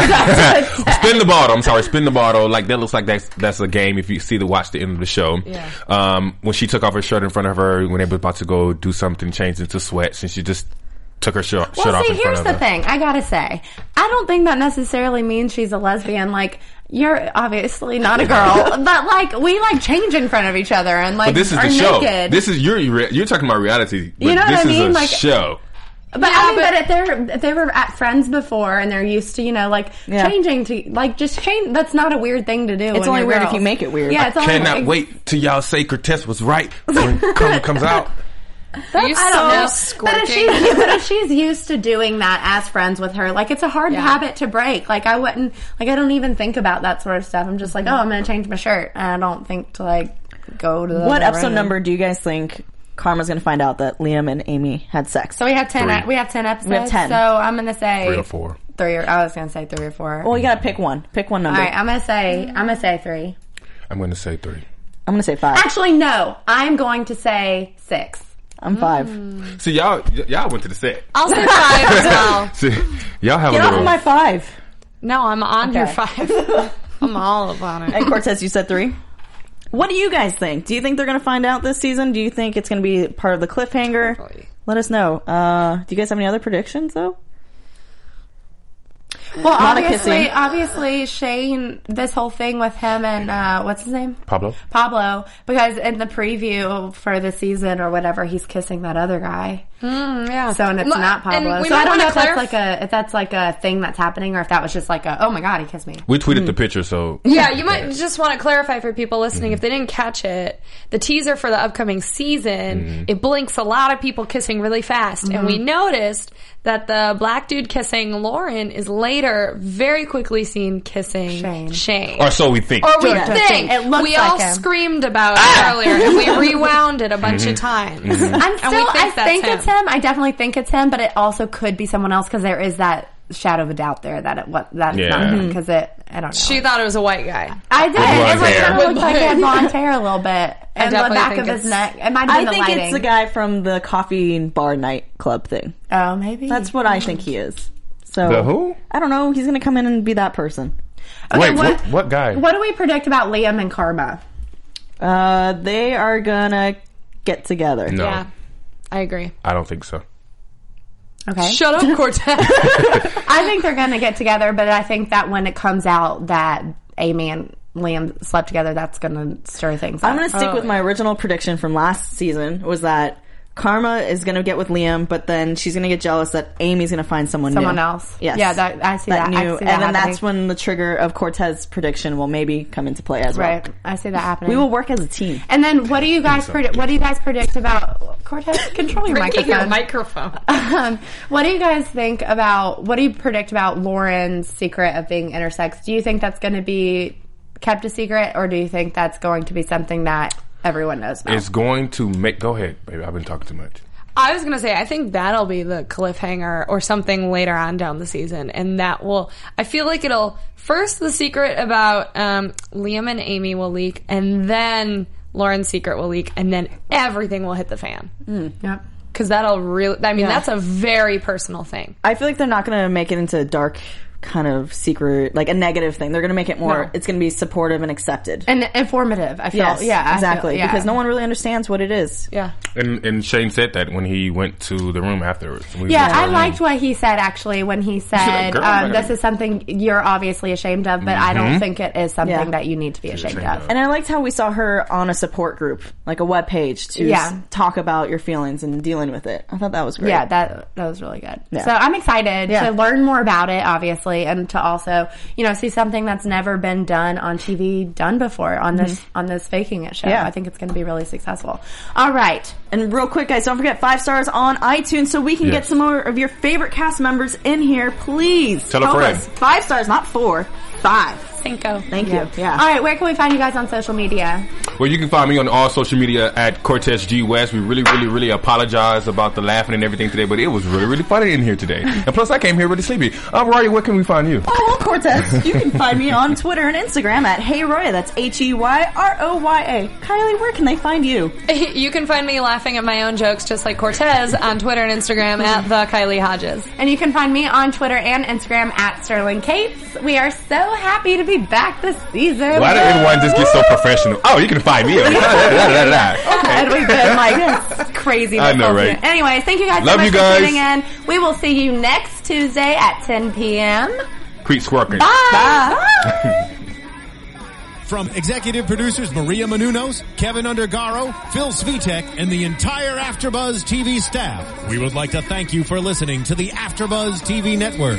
D: spin the bottle. I'm sorry, spin the bottle. Like that looks like that's that's a game. If you see the watch the end of the show,
E: Yeah.
D: Um, when she took off her shirt in front of her, when they were about to go do something, changed into sweats, and she just took her shirt, shirt
B: Well,
D: off
B: see,
D: in front
B: here's
D: of
B: the
D: her.
B: thing. I gotta say, I don't think that necessarily means she's a lesbian. Like, you're obviously not a girl, but like we like change in front of each other and like
D: But this is
B: are
D: the show.
B: naked.
D: This is you're you're talking about reality.
B: know
D: But
B: what
D: this
B: I
D: is
B: mean?
D: a
B: Like-
D: show.
B: But I mean,
E: but-
B: but, if they're if they were at friends before and they're used to you know like
F: Yeah.
B: changing to like just change. That's not a weird thing to do.
F: It's only weird if you make it weird.
B: Yeah, it's only
D: Cannot
B: weird.
D: wait till y'all say Cortez was right when Karma comes out.
E: Are you
B: I don't know.
E: so
B: But
E: squirting?
B: if, she's, but if she's used to doing that as friends with her, like it's a hard
E: Yeah.
B: habit to break. Like I wouldn't, like I don't even think about that sort of stuff. I'm just like, oh, I'm gonna change my shirt, and I don't think to like go to the
F: what
B: other
F: episode
B: room.
F: number do you guys think Karma's gonna find out that Liam and Amy had sex?
B: So we have ten.
D: Three.
B: We have ten episodes.
F: 10.
B: So I'm gonna say
D: Three or four.
B: Three or I was gonna say three or Mm. four.
F: well, you gotta pick one. Pick one number.
B: All right, I'm gonna say I'm gonna say three.
D: I'm going to say three.
F: I'm gonna say five.
B: Actually, no. I'm going to say six.
F: I'm five.
D: See y'all, y- y'all went to the set.
E: I'll say five as well.
D: See, y'all have
F: Get
D: a
F: off
D: little.
F: of my five.
E: No, I'm on your
F: Okay.
E: five. I'm all about it.
F: And Cortez, you said three. What do you guys think? Do you think they're going to find out this season? Do you think it's going to be part of the cliffhanger?
E: Probably.
F: Let us know. Uh, do you guys have any other predictions though?
B: Well,
F: Not a
B: obviously,
F: kissing.
B: obviously, Shane. This whole thing with him and uh, what's his name,
D: Pablo?
B: Pablo, because in the preview for the season or whatever, he's kissing that other guy.
E: Mm, yeah.
B: So Hmm. and it's
E: Look,
B: not
E: and
B: Pablo.
E: we
B: So
E: might
B: I don't
E: wanna
B: know
E: clarif-
B: if that's like a if that's like a thing that's happening or if that was just like a oh my god, he kissed me.
D: We tweeted the picture, so
E: Yeah, you might just want to clarify for people listening if they didn't catch it. The teaser for the upcoming season, it blinks a lot of people kissing really fast. And we noticed that the black dude kissing Lauren is later very quickly seen kissing
B: Shane.
E: Shane.
D: or so we think.
B: Oh.
E: Or we
F: Yeah.
E: think.
B: It looks
E: we
B: like
E: all
B: him.
E: screamed about it earlier and we rewound it a bunch of times.
B: I'm still.
E: we think
B: I
E: that's
B: think
E: him.
B: it's him. I definitely think it's him, but it also could be someone else because there is that shadow of a doubt there that it what that it's
D: Yeah.
B: not him because it. I don't know.
E: She thought it was a white guy.
B: I did.
D: blonde
B: It was
D: hair.
B: kind of
E: With
B: looked like he had
E: blonde-
B: blonde hair a little bit, and the
E: definitely
B: back
E: think
B: of his
E: it's-
B: neck. It might have
F: I
B: been the
F: think
B: lighting.
F: it's the guy from the coffee and bar nightclub thing.
B: Oh, maybe
F: That's what I think he is. So
D: The who?
F: I don't know. He's going to come in and be that person.
B: Okay,
D: Wait, what, what guy?
B: What do we predict about Liam and Karma?
F: Uh, they are gonna get together.
D: No,
E: Yeah. Oh. I agree.
D: I don't think so.
B: Okay,
E: Shut up, Cortez.
B: I think they're going to get together, but I think that when it comes out that Amy and Liam slept together, that's gonna stir things up.
F: I'm gonna stick with my original prediction from last season was that Karma is gonna get with Liam, but then she's gonna get jealous that Amy's gonna find someone
B: Someone
F: new.
B: else.
F: Yes.
B: Yeah, that- I see that. I
F: new,
B: see that
F: and then that's
B: happening.
F: when the trigger of Cortez's prediction will maybe come into play as well.
B: Oh, right. I see that happening.
F: We will work as a team.
B: And then, what do you guys predict? What do you guys predict about Cortez? Control your
E: Breaking
B: microphone.
E: your microphone.
B: Um, what do you guys think about? What do you predict about Lauren's secret of being intersex? Do you think that's going to be kept a secret, or do you think that's going to be something that everyone knows about?
D: It's going to make. Go ahead, baby. I've been talking too much.
E: I was gonna say I think that'll be the cliffhanger or something later on down the season, and that will. I feel like it'll first the secret about um, Liam and Amy will leak, and then Lauren's secret will leak, and then everything will hit the fan
F: Mm.
B: Yep.
E: because that'll really. I mean, that's a very personal thing.
F: I feel like they're not going to make it into a dark kind of secret, like a negative thing. They're going to make it more.
E: No.
F: It's going to be supportive and accepted.
B: And informative. I feel.
F: yes,
B: yeah. I feel-
F: exactly.
B: yeah.
F: Because no one really understands what it is.
E: Yeah,
D: And and Shane said that when he went to the room afterwards. We
B: Yeah,
D: went to
B: I
D: our
B: liked
D: room.
B: what he said actually when he said,
D: girl,
B: um,
D: right.
B: "This is something you're obviously ashamed of, but I don't think it is something
F: Yeah.
B: that you need to be ashamed,
D: Mm-hmm. ashamed
B: of."
D: of.
F: And I liked how we saw her on a support group, like a web page to
B: Yeah.
F: s- talk about your feelings and dealing with it. I thought that was great.
B: Yeah, that that was really good.
F: Yeah.
B: So I'm excited to
F: Yeah.
B: learn more about it, obviously, and to also you know see something that's never been done on TV done before on this on this faking it show.
F: Mm-hmm. Yeah.
B: I think it's going to be really successful. All right,
F: And real quick, guys, don't forget five stars on iTunes so we can
D: Yes.
F: get some more of your favorite cast members in here. Please
D: Tell a
F: help
D: friend.
F: us. Five stars, not four. Five.
E: Cinco.
F: Thank you. Yeah.
B: all right. Where can we find you guys on social media?
D: Well, you can find me on all social media at Cortez G West. We really, really, really apologize about the laughing and everything today, but it was really, really funny in here today. And plus, I came here really sleepy. Um, Rory, where can we find you?
F: Oh, well, Cortez, you can find me on Twitter and Instagram at HeyRoya. That's H E Y R O Y A. Kylie, where can they find you?
E: you can find me laughing at my own jokes, just like Cortez, on Twitter and Instagram at the Kylie Hodges.
B: And you can find me on Twitter and Instagram at Sterling Capes. We are so happy to be back this season.
D: Why did everyone just get so professional? Oh, you can find me. on- Da, da, da, da, da.
B: And
D: Okay.
B: we've been like crazy.
D: I
B: this
D: know,
B: whole
D: right?
B: season. Anyways, thank you guys
D: Love
B: so much
D: you guys.
B: for tuning in. We will see you next Tuesday at 10 p.m.
D: Creep squirking.
B: Bye.
A: From executive producers Maria Manunos, Kevin Undergaro, Phil Svitek, and the entire Afterbuzz TV staff, we would like to thank you for listening to the Afterbuzz TV network.